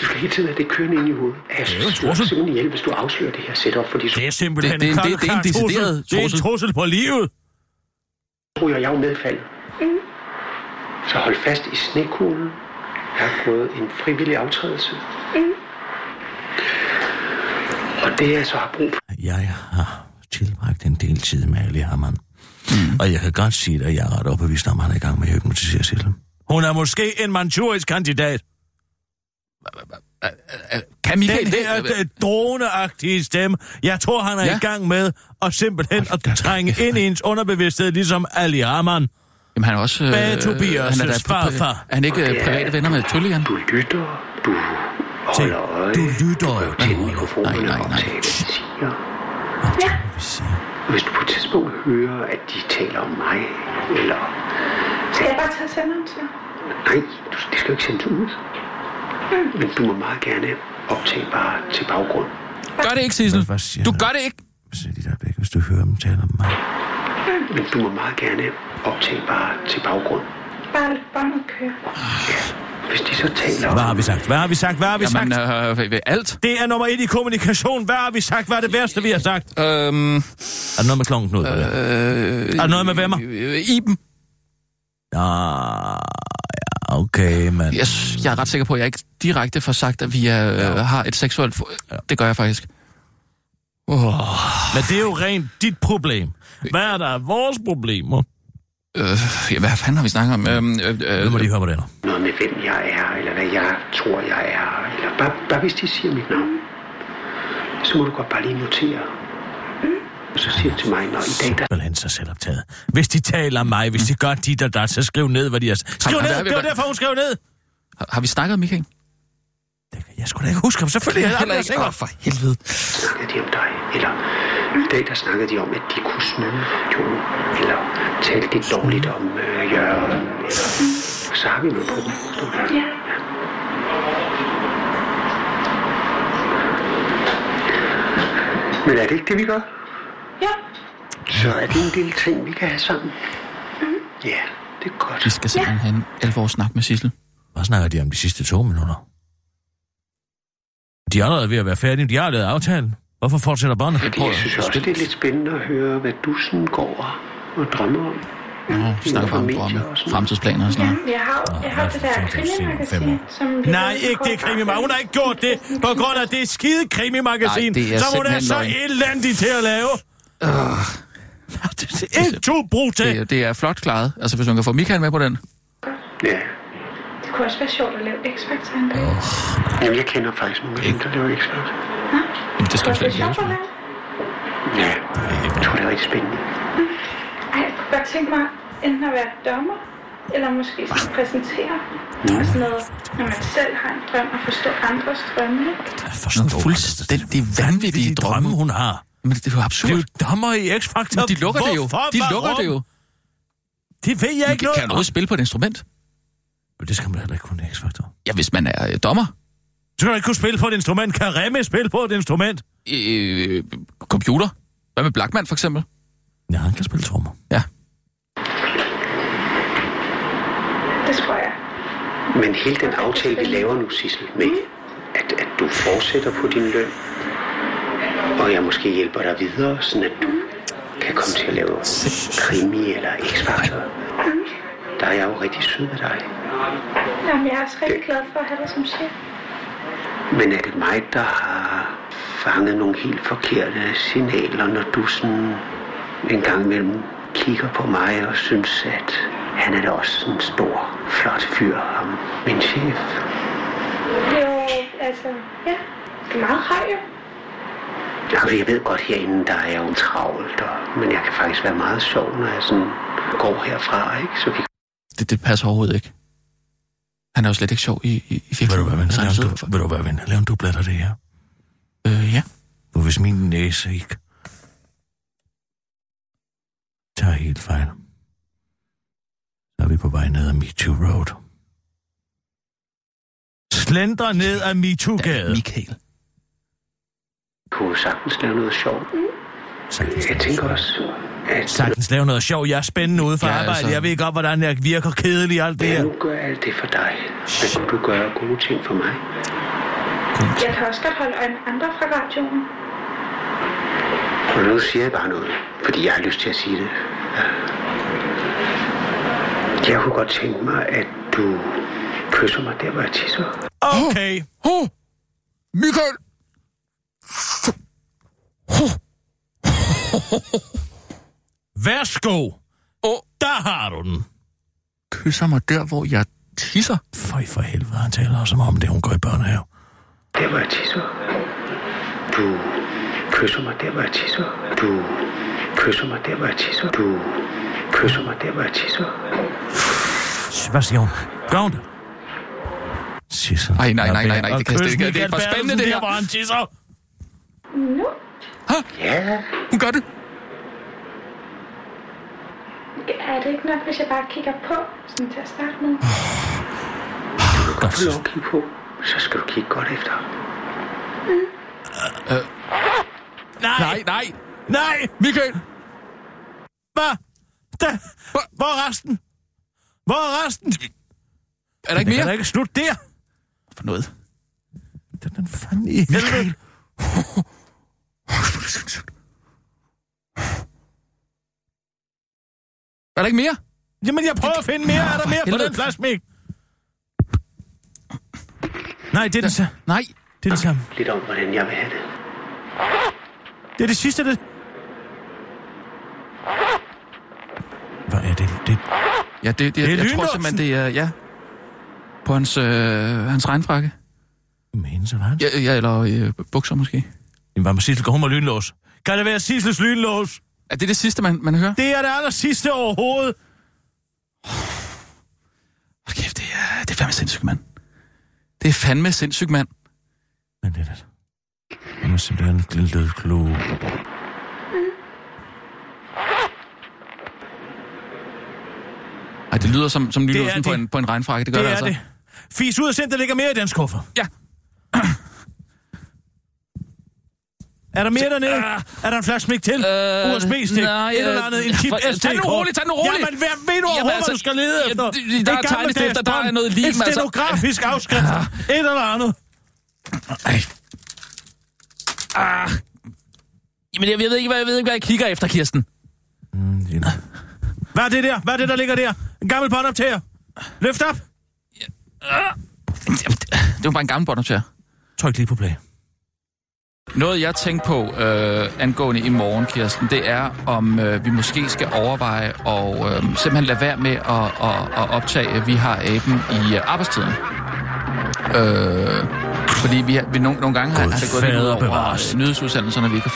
Speaker 12: Du skal hele tiden have det kørende ind i hovedet. Jeg slår dig simpelthen ihjel, hvis du afslører det her setup, fordi så
Speaker 4: Det er simpelthen
Speaker 5: Det- det-
Speaker 4: en
Speaker 5: det- det er en
Speaker 4: klar- klar
Speaker 5: decideret
Speaker 4: trussel. Det er en
Speaker 5: trussel.
Speaker 4: trussel på livet.
Speaker 12: ryger jeg jo med i faldet.
Speaker 13: Mm.
Speaker 12: Så hold fast i snekuglen. Jeg har fået en frivillig aftrædelse.
Speaker 13: Mm.
Speaker 12: Og det jeg så har brug for,
Speaker 4: Jeg har tilbragt en del tid med Ali Hammann. Og jeg kan godt sige dig, at jeg er ret opbevist om, at han er i gang med at hypnotisere Sissel. Hun er måske en manchurisk kandidat.
Speaker 5: Kan Michael
Speaker 4: Den
Speaker 5: det?
Speaker 4: her øh, droneagtige stemme, jeg tror, han er
Speaker 5: Ja.
Speaker 4: i gang med at simpelthen at trænge ind i ens underbevidsthed, ligesom Ali Hammann.
Speaker 5: Jamen, han er også... Øh,
Speaker 4: Bag Tobias'
Speaker 5: da på-
Speaker 4: farfar.
Speaker 5: Er han ikke øh, private venner med Tullian?
Speaker 12: du lytter, du
Speaker 4: Tænk,
Speaker 12: holder øje,
Speaker 4: du lytter jo.
Speaker 12: til
Speaker 4: du holder-
Speaker 12: mikrofonerne
Speaker 5: nej, nej,
Speaker 12: og
Speaker 5: nej.
Speaker 12: optager, hvad de siger.
Speaker 13: Ja,
Speaker 4: Vi siger,
Speaker 12: Og hvis du på et tidspunkt hører, at de taler om mig, eller
Speaker 13: skal jeg bare tage senderen til?
Speaker 12: Nej, du, det skal jo ikke sendes ud. Men du må meget gerne optage bare til baggrund.
Speaker 5: Gør det ikke, Sissel.
Speaker 4: Hvad- hvad siger
Speaker 5: Du
Speaker 4: du?
Speaker 5: gør det ikke.
Speaker 4: se dit øjeblik, hvis du hører dem tale om mig.
Speaker 12: Men du må meget gerne optage bare til baggrund.
Speaker 13: Bare lade båndet køre.
Speaker 12: Hvis de så taler
Speaker 4: Hvad har
Speaker 12: om,
Speaker 4: vi sagt? Hvad har vi sagt? Hvad har vi
Speaker 5: Jamen,
Speaker 4: sagt?
Speaker 5: øh, ved- ved alt.
Speaker 4: Det er nummer et i kommunikation. Hvad har vi sagt? Hvad er det værste, vi har sagt?
Speaker 5: Øhm,
Speaker 4: Er der noget med klokken, Knud? Øh, er der noget med vemmer?
Speaker 5: øh, Iben.
Speaker 4: Ah, ja, okay, men...
Speaker 5: Jeg, s- jeg er ret sikker på, at jeg ikke direkte får sagt, at vi er, øh, har et seksuelt... For... Det gør jeg faktisk. Oh,
Speaker 4: Men det er jo rent dit problem. Hvad er der af vores problemer?
Speaker 5: øh, ja, hvad fanden har vi snakket om? Øhm, øh,
Speaker 4: Nu må
Speaker 5: øh,
Speaker 4: de høre på det her.
Speaker 12: noget med, hvem jeg er, eller hvad jeg tror, jeg er. Eller bare, bare hvis de siger mit navn, så må du godt bare lige notere. Så siger du til mig, når i dag der
Speaker 4: Simpelthen så selvoptaget. Hvis de taler om mig, hvis de gør dit og dat, så skriv ned, hvad de har sagt. Skriv
Speaker 5: Jamen,
Speaker 4: ned!
Speaker 5: der er vi
Speaker 4: Det var
Speaker 5: bare-
Speaker 4: derfor, hun skrev ned!
Speaker 5: har, har vi snakket om Michael?
Speaker 4: Det kan jeg sgu da ikke huske ham. Selvfølgelig er det
Speaker 5: Åh,
Speaker 4: sikkert.
Speaker 5: for helvede.
Speaker 12: snakkede de om dig, eller i dag der snakkede de om, at de kunne snyde Jon, eller talte de dårligt om øh, Jørgen, eller så har vi noget på dem. forstår du?
Speaker 13: Ja.
Speaker 12: Men er det ikke det, vi gør?
Speaker 13: Jo,
Speaker 12: Så er det en lille ting, vi kan have sammen. Ja, det er godt.
Speaker 5: Vi skal simpelthen have en 11-års snak med Sissel.
Speaker 4: Hvad snakker de om de sidste to minutter? De er allerede ved at være færdige. De har lavet aftalen. Hvorfor fortsætter båndet?
Speaker 12: Fordi jeg synes også, det er lidt spændende at høre, hvad du sådan går og, og drømmer om.
Speaker 5: Nå, vi snakker bare om drømme, fremtidsplaner og sådan noget.
Speaker 13: jeg har, jeg har det der
Speaker 4: Nå,
Speaker 13: krimimagasin, som... vi
Speaker 4: Nej,
Speaker 13: ved,
Speaker 4: ikke det
Speaker 13: går
Speaker 4: krimi Hun har ikke gjort det på grund af det skide krimi
Speaker 5: Nej, det er Øh.
Speaker 4: som hun er
Speaker 5: simpelthen
Speaker 4: så
Speaker 5: løgn.
Speaker 4: elendig til at lave. Et, to, brug til.
Speaker 5: Det, det er flot klaret. Altså, hvis man kan få Michael med på den.
Speaker 12: Ja.
Speaker 13: Det kunne også være sjovt at lave X-Factor en dag.
Speaker 12: Jamen, jeg kender faktisk nogle af dem, der laver ekstra.
Speaker 5: Jamen, det skal
Speaker 13: kunne
Speaker 5: du
Speaker 13: også
Speaker 5: slet
Speaker 13: være
Speaker 5: ikke
Speaker 13: sjovt
Speaker 5: hjælpe
Speaker 13: at lave.
Speaker 12: Ja, jeg tror, det er rigtig spændende.
Speaker 13: Ej, jeg kunne godt tænke mig enten at være dommer, eller måske sådan præsentere. Og sådan noget, når man selv har en drøm og forstå andres drømme. ikke?
Speaker 5: Nogle fuldstændig vanvittige drømme,
Speaker 4: hun har.
Speaker 5: Men det er jo
Speaker 4: Det er
Speaker 5: absurd.
Speaker 4: jo dommer i X-Factor.
Speaker 5: Men de lukker det jo.
Speaker 4: Hvorfor?
Speaker 5: De
Speaker 4: Hvorom?
Speaker 5: lukker det jo.
Speaker 4: Det ved jeg ikke
Speaker 5: Kan
Speaker 4: noget.
Speaker 5: kan du også spille på et instrument?
Speaker 4: Men det skal man da heller ikke kunne i X-Factor.
Speaker 5: Ja, hvis man er øh, dommer.
Speaker 4: Så kan du ikke kunne spille på et instrument. Kan Remme spille på et instrument?
Speaker 5: Øh, computer. Hvad med Blackman, for eksempel?
Speaker 4: Ja, han kan spille trommer.
Speaker 5: Ja.
Speaker 13: Det tror jeg.
Speaker 12: Men hele den aftale, vi laver nu, Sissel, med at, at du fortsætter på din løn, og jeg måske hjælper dig videre, sådan at du kan komme til at lave krimi eller x -Factor. Der er jeg jo rigtig sød ved dig.
Speaker 13: Jamen, jeg er også rigtig glad for at have dig som chef.
Speaker 12: Men er det mig, der har fanget nogle helt forkerte signaler, når du sådan en gang imellem kigger på mig og synes, at han er da også sådan en stor, flot fyr, ham, min chef.
Speaker 13: Jo, altså, ja. Det er meget høj, jo.
Speaker 12: Altså, jeg ved godt, herinde der er jeg jo travlt, og, men jeg kan faktisk være meget sjov, når jeg sådan går herfra, ikke? Så vi
Speaker 5: Det, det passer overhovedet ikke. Han er jo slet ikke sjov i, i, i
Speaker 4: Vil du
Speaker 5: virkeligheden.
Speaker 4: være ven?
Speaker 5: Så er han
Speaker 4: Lave
Speaker 5: sød
Speaker 4: en du- Vil du være ven? Lave en dublet af det her.
Speaker 5: for- Øh, ja.
Speaker 4: Nu hvis min næse ikke tager helt fejl, så er vi på vej ned ad MeToo Road. Slendre ned ad MeToo-gade.
Speaker 5: Michael.
Speaker 12: kunne sagtens lave noget sjovt.
Speaker 4: Sagtens
Speaker 12: Jeg
Speaker 4: lave
Speaker 12: tænker
Speaker 4: sjov.
Speaker 12: også, at
Speaker 4: Sagtens lave noget sjov. Jeg er spændende ude for
Speaker 5: Ja,
Speaker 4: arbejde.
Speaker 5: altså.
Speaker 4: Jeg ved godt, hvordan jeg virker kedelig og alt det
Speaker 12: jeg
Speaker 4: her.
Speaker 12: nu gør alt det for dig, men du gør gode ting for mig.
Speaker 13: Jeg kan også godt holde øje med andre fra radioen.
Speaker 12: Og nu siger jeg bare noget, fordi jeg har lyst til at sige det. Jeg kunne godt tænke mig, at du kysser mig der, hvor jeg tisser.
Speaker 4: Okay.
Speaker 5: Oh, Michael!
Speaker 4: Værsgo.
Speaker 5: Åh, oh,
Speaker 4: Der har du den.
Speaker 5: kysser mig der, hvor jeg tisser.
Speaker 4: Føj for helvede, han taler også om det, hun går i børnehave.
Speaker 12: Der, hvor jeg tisser. Du kysser mig der, hvor jeg tisser. Du kysser mig der, hvor jeg tisser. Du kysser mig der, hvor jeg tisser.
Speaker 4: Sh, Hvad siger hun? Gør hun det? Sissel.
Speaker 5: Ej, nej, nej, nej, nej,
Speaker 4: Og
Speaker 5: det kan jeg slet
Speaker 4: kys
Speaker 5: ikke. Det er
Speaker 4: Michael
Speaker 5: for spændende,
Speaker 4: Bertelsen
Speaker 5: det
Speaker 4: der,
Speaker 5: her.
Speaker 4: hvor han tisser.
Speaker 13: Nu?
Speaker 12: Ja,
Speaker 5: Hun gør det.
Speaker 13: Er det ikke nok, hvis jeg bare kigger på, sådan til at starte med?
Speaker 4: Godt,
Speaker 12: du lov at kigge på, så skal du kigge godt efter.
Speaker 4: Nej,
Speaker 5: Nej, nej.
Speaker 4: nej,
Speaker 5: Michael!
Speaker 4: hvad? Da,
Speaker 5: Hvor-
Speaker 4: hvor er resten? Hvor er resten?
Speaker 5: Er der ikke
Speaker 4: Det kan da
Speaker 5: mere?
Speaker 4: ikke slutte der.
Speaker 5: For noget.
Speaker 4: Den, den fanden i helvede.
Speaker 5: Er der ikke mere?
Speaker 4: Jamen, jeg prøver at finde mere. Er der
Speaker 5: for
Speaker 4: mere på
Speaker 5: helvede.
Speaker 4: den flaske, Mik? Nej, det er den, sa-
Speaker 5: Nej.
Speaker 4: det er den samme.
Speaker 12: Lidt om, hvordan jeg vil have det.
Speaker 4: Det er det sidste, det... Hvad er det? det...
Speaker 5: Ja, det, det,
Speaker 4: Det er
Speaker 5: jeg, jeg tror
Speaker 4: Lynlåsen.
Speaker 5: simpelthen, det er... Ja. På hans, øh, hans regnfrakke.
Speaker 4: Men hendes eller hans?
Speaker 5: Ja, ja eller øh, bukser måske.
Speaker 4: Jamen, hvad med Sissel? Går hun med lynlås? Kan det være Sissels lynlås?
Speaker 5: Er det det sidste, man, man hører?
Speaker 4: Det er det aller sidste overhovedet.
Speaker 5: Hold kæft, det er, det er fandme sindssygt, mand. Det er fandme sindssygt, mand.
Speaker 4: Men det er det. Hun er simpelthen en lille lydklog.
Speaker 5: Ej, det lyder som, som lynlåsen på
Speaker 4: det.
Speaker 5: en, på en regnfrakke. Det gør
Speaker 4: Det
Speaker 5: det,
Speaker 4: er
Speaker 5: altså.
Speaker 4: det. Fis ud og send, der ligger mere i den skuffe.
Speaker 5: Ja.
Speaker 4: Er der mere dernede? Er der en flaske smæk til?
Speaker 5: Ah. Øh,
Speaker 4: USB-stik? Et
Speaker 5: nej,
Speaker 4: eller andet? En
Speaker 5: øh,
Speaker 4: chip
Speaker 5: for- tag
Speaker 4: ST?
Speaker 5: den nu roligt, tag den roligt.
Speaker 4: Jamen, hvad ved du overhovedet,
Speaker 5: altså,
Speaker 4: altså, du skal lede
Speaker 5: ja,
Speaker 4: efter?
Speaker 5: det- der er
Speaker 4: gamle
Speaker 5: tegnestifter, der er
Speaker 4: dags
Speaker 5: noget
Speaker 4: bånd.
Speaker 5: lim, altså.
Speaker 4: Et stenografisk afskrift. Et eller andet.
Speaker 5: Ej. Ah. Jamen, jeg ved, ikke, hvad, jeg ved ikke, hvad jeg kigger efter, Kirsten.
Speaker 4: Hvad er det der? Hvad er det, der ligger der? En gammel båndoptager. Løft op.
Speaker 5: Det var bare en gammel båndoptager.
Speaker 4: Tryk lige på play.
Speaker 5: Noget, jeg tænkte på øh, angående i morgen, Kirsten, det er, om øh, vi måske skal overveje og øh, simpelthen lade være med at, at, at optage, at vi har aben i øh, arbejdstiden. Øh, fordi vi, har, vi nogle, nogle gange har, har det gået lidt ud over øh, nyhedsudsendelserne, at vi ikke har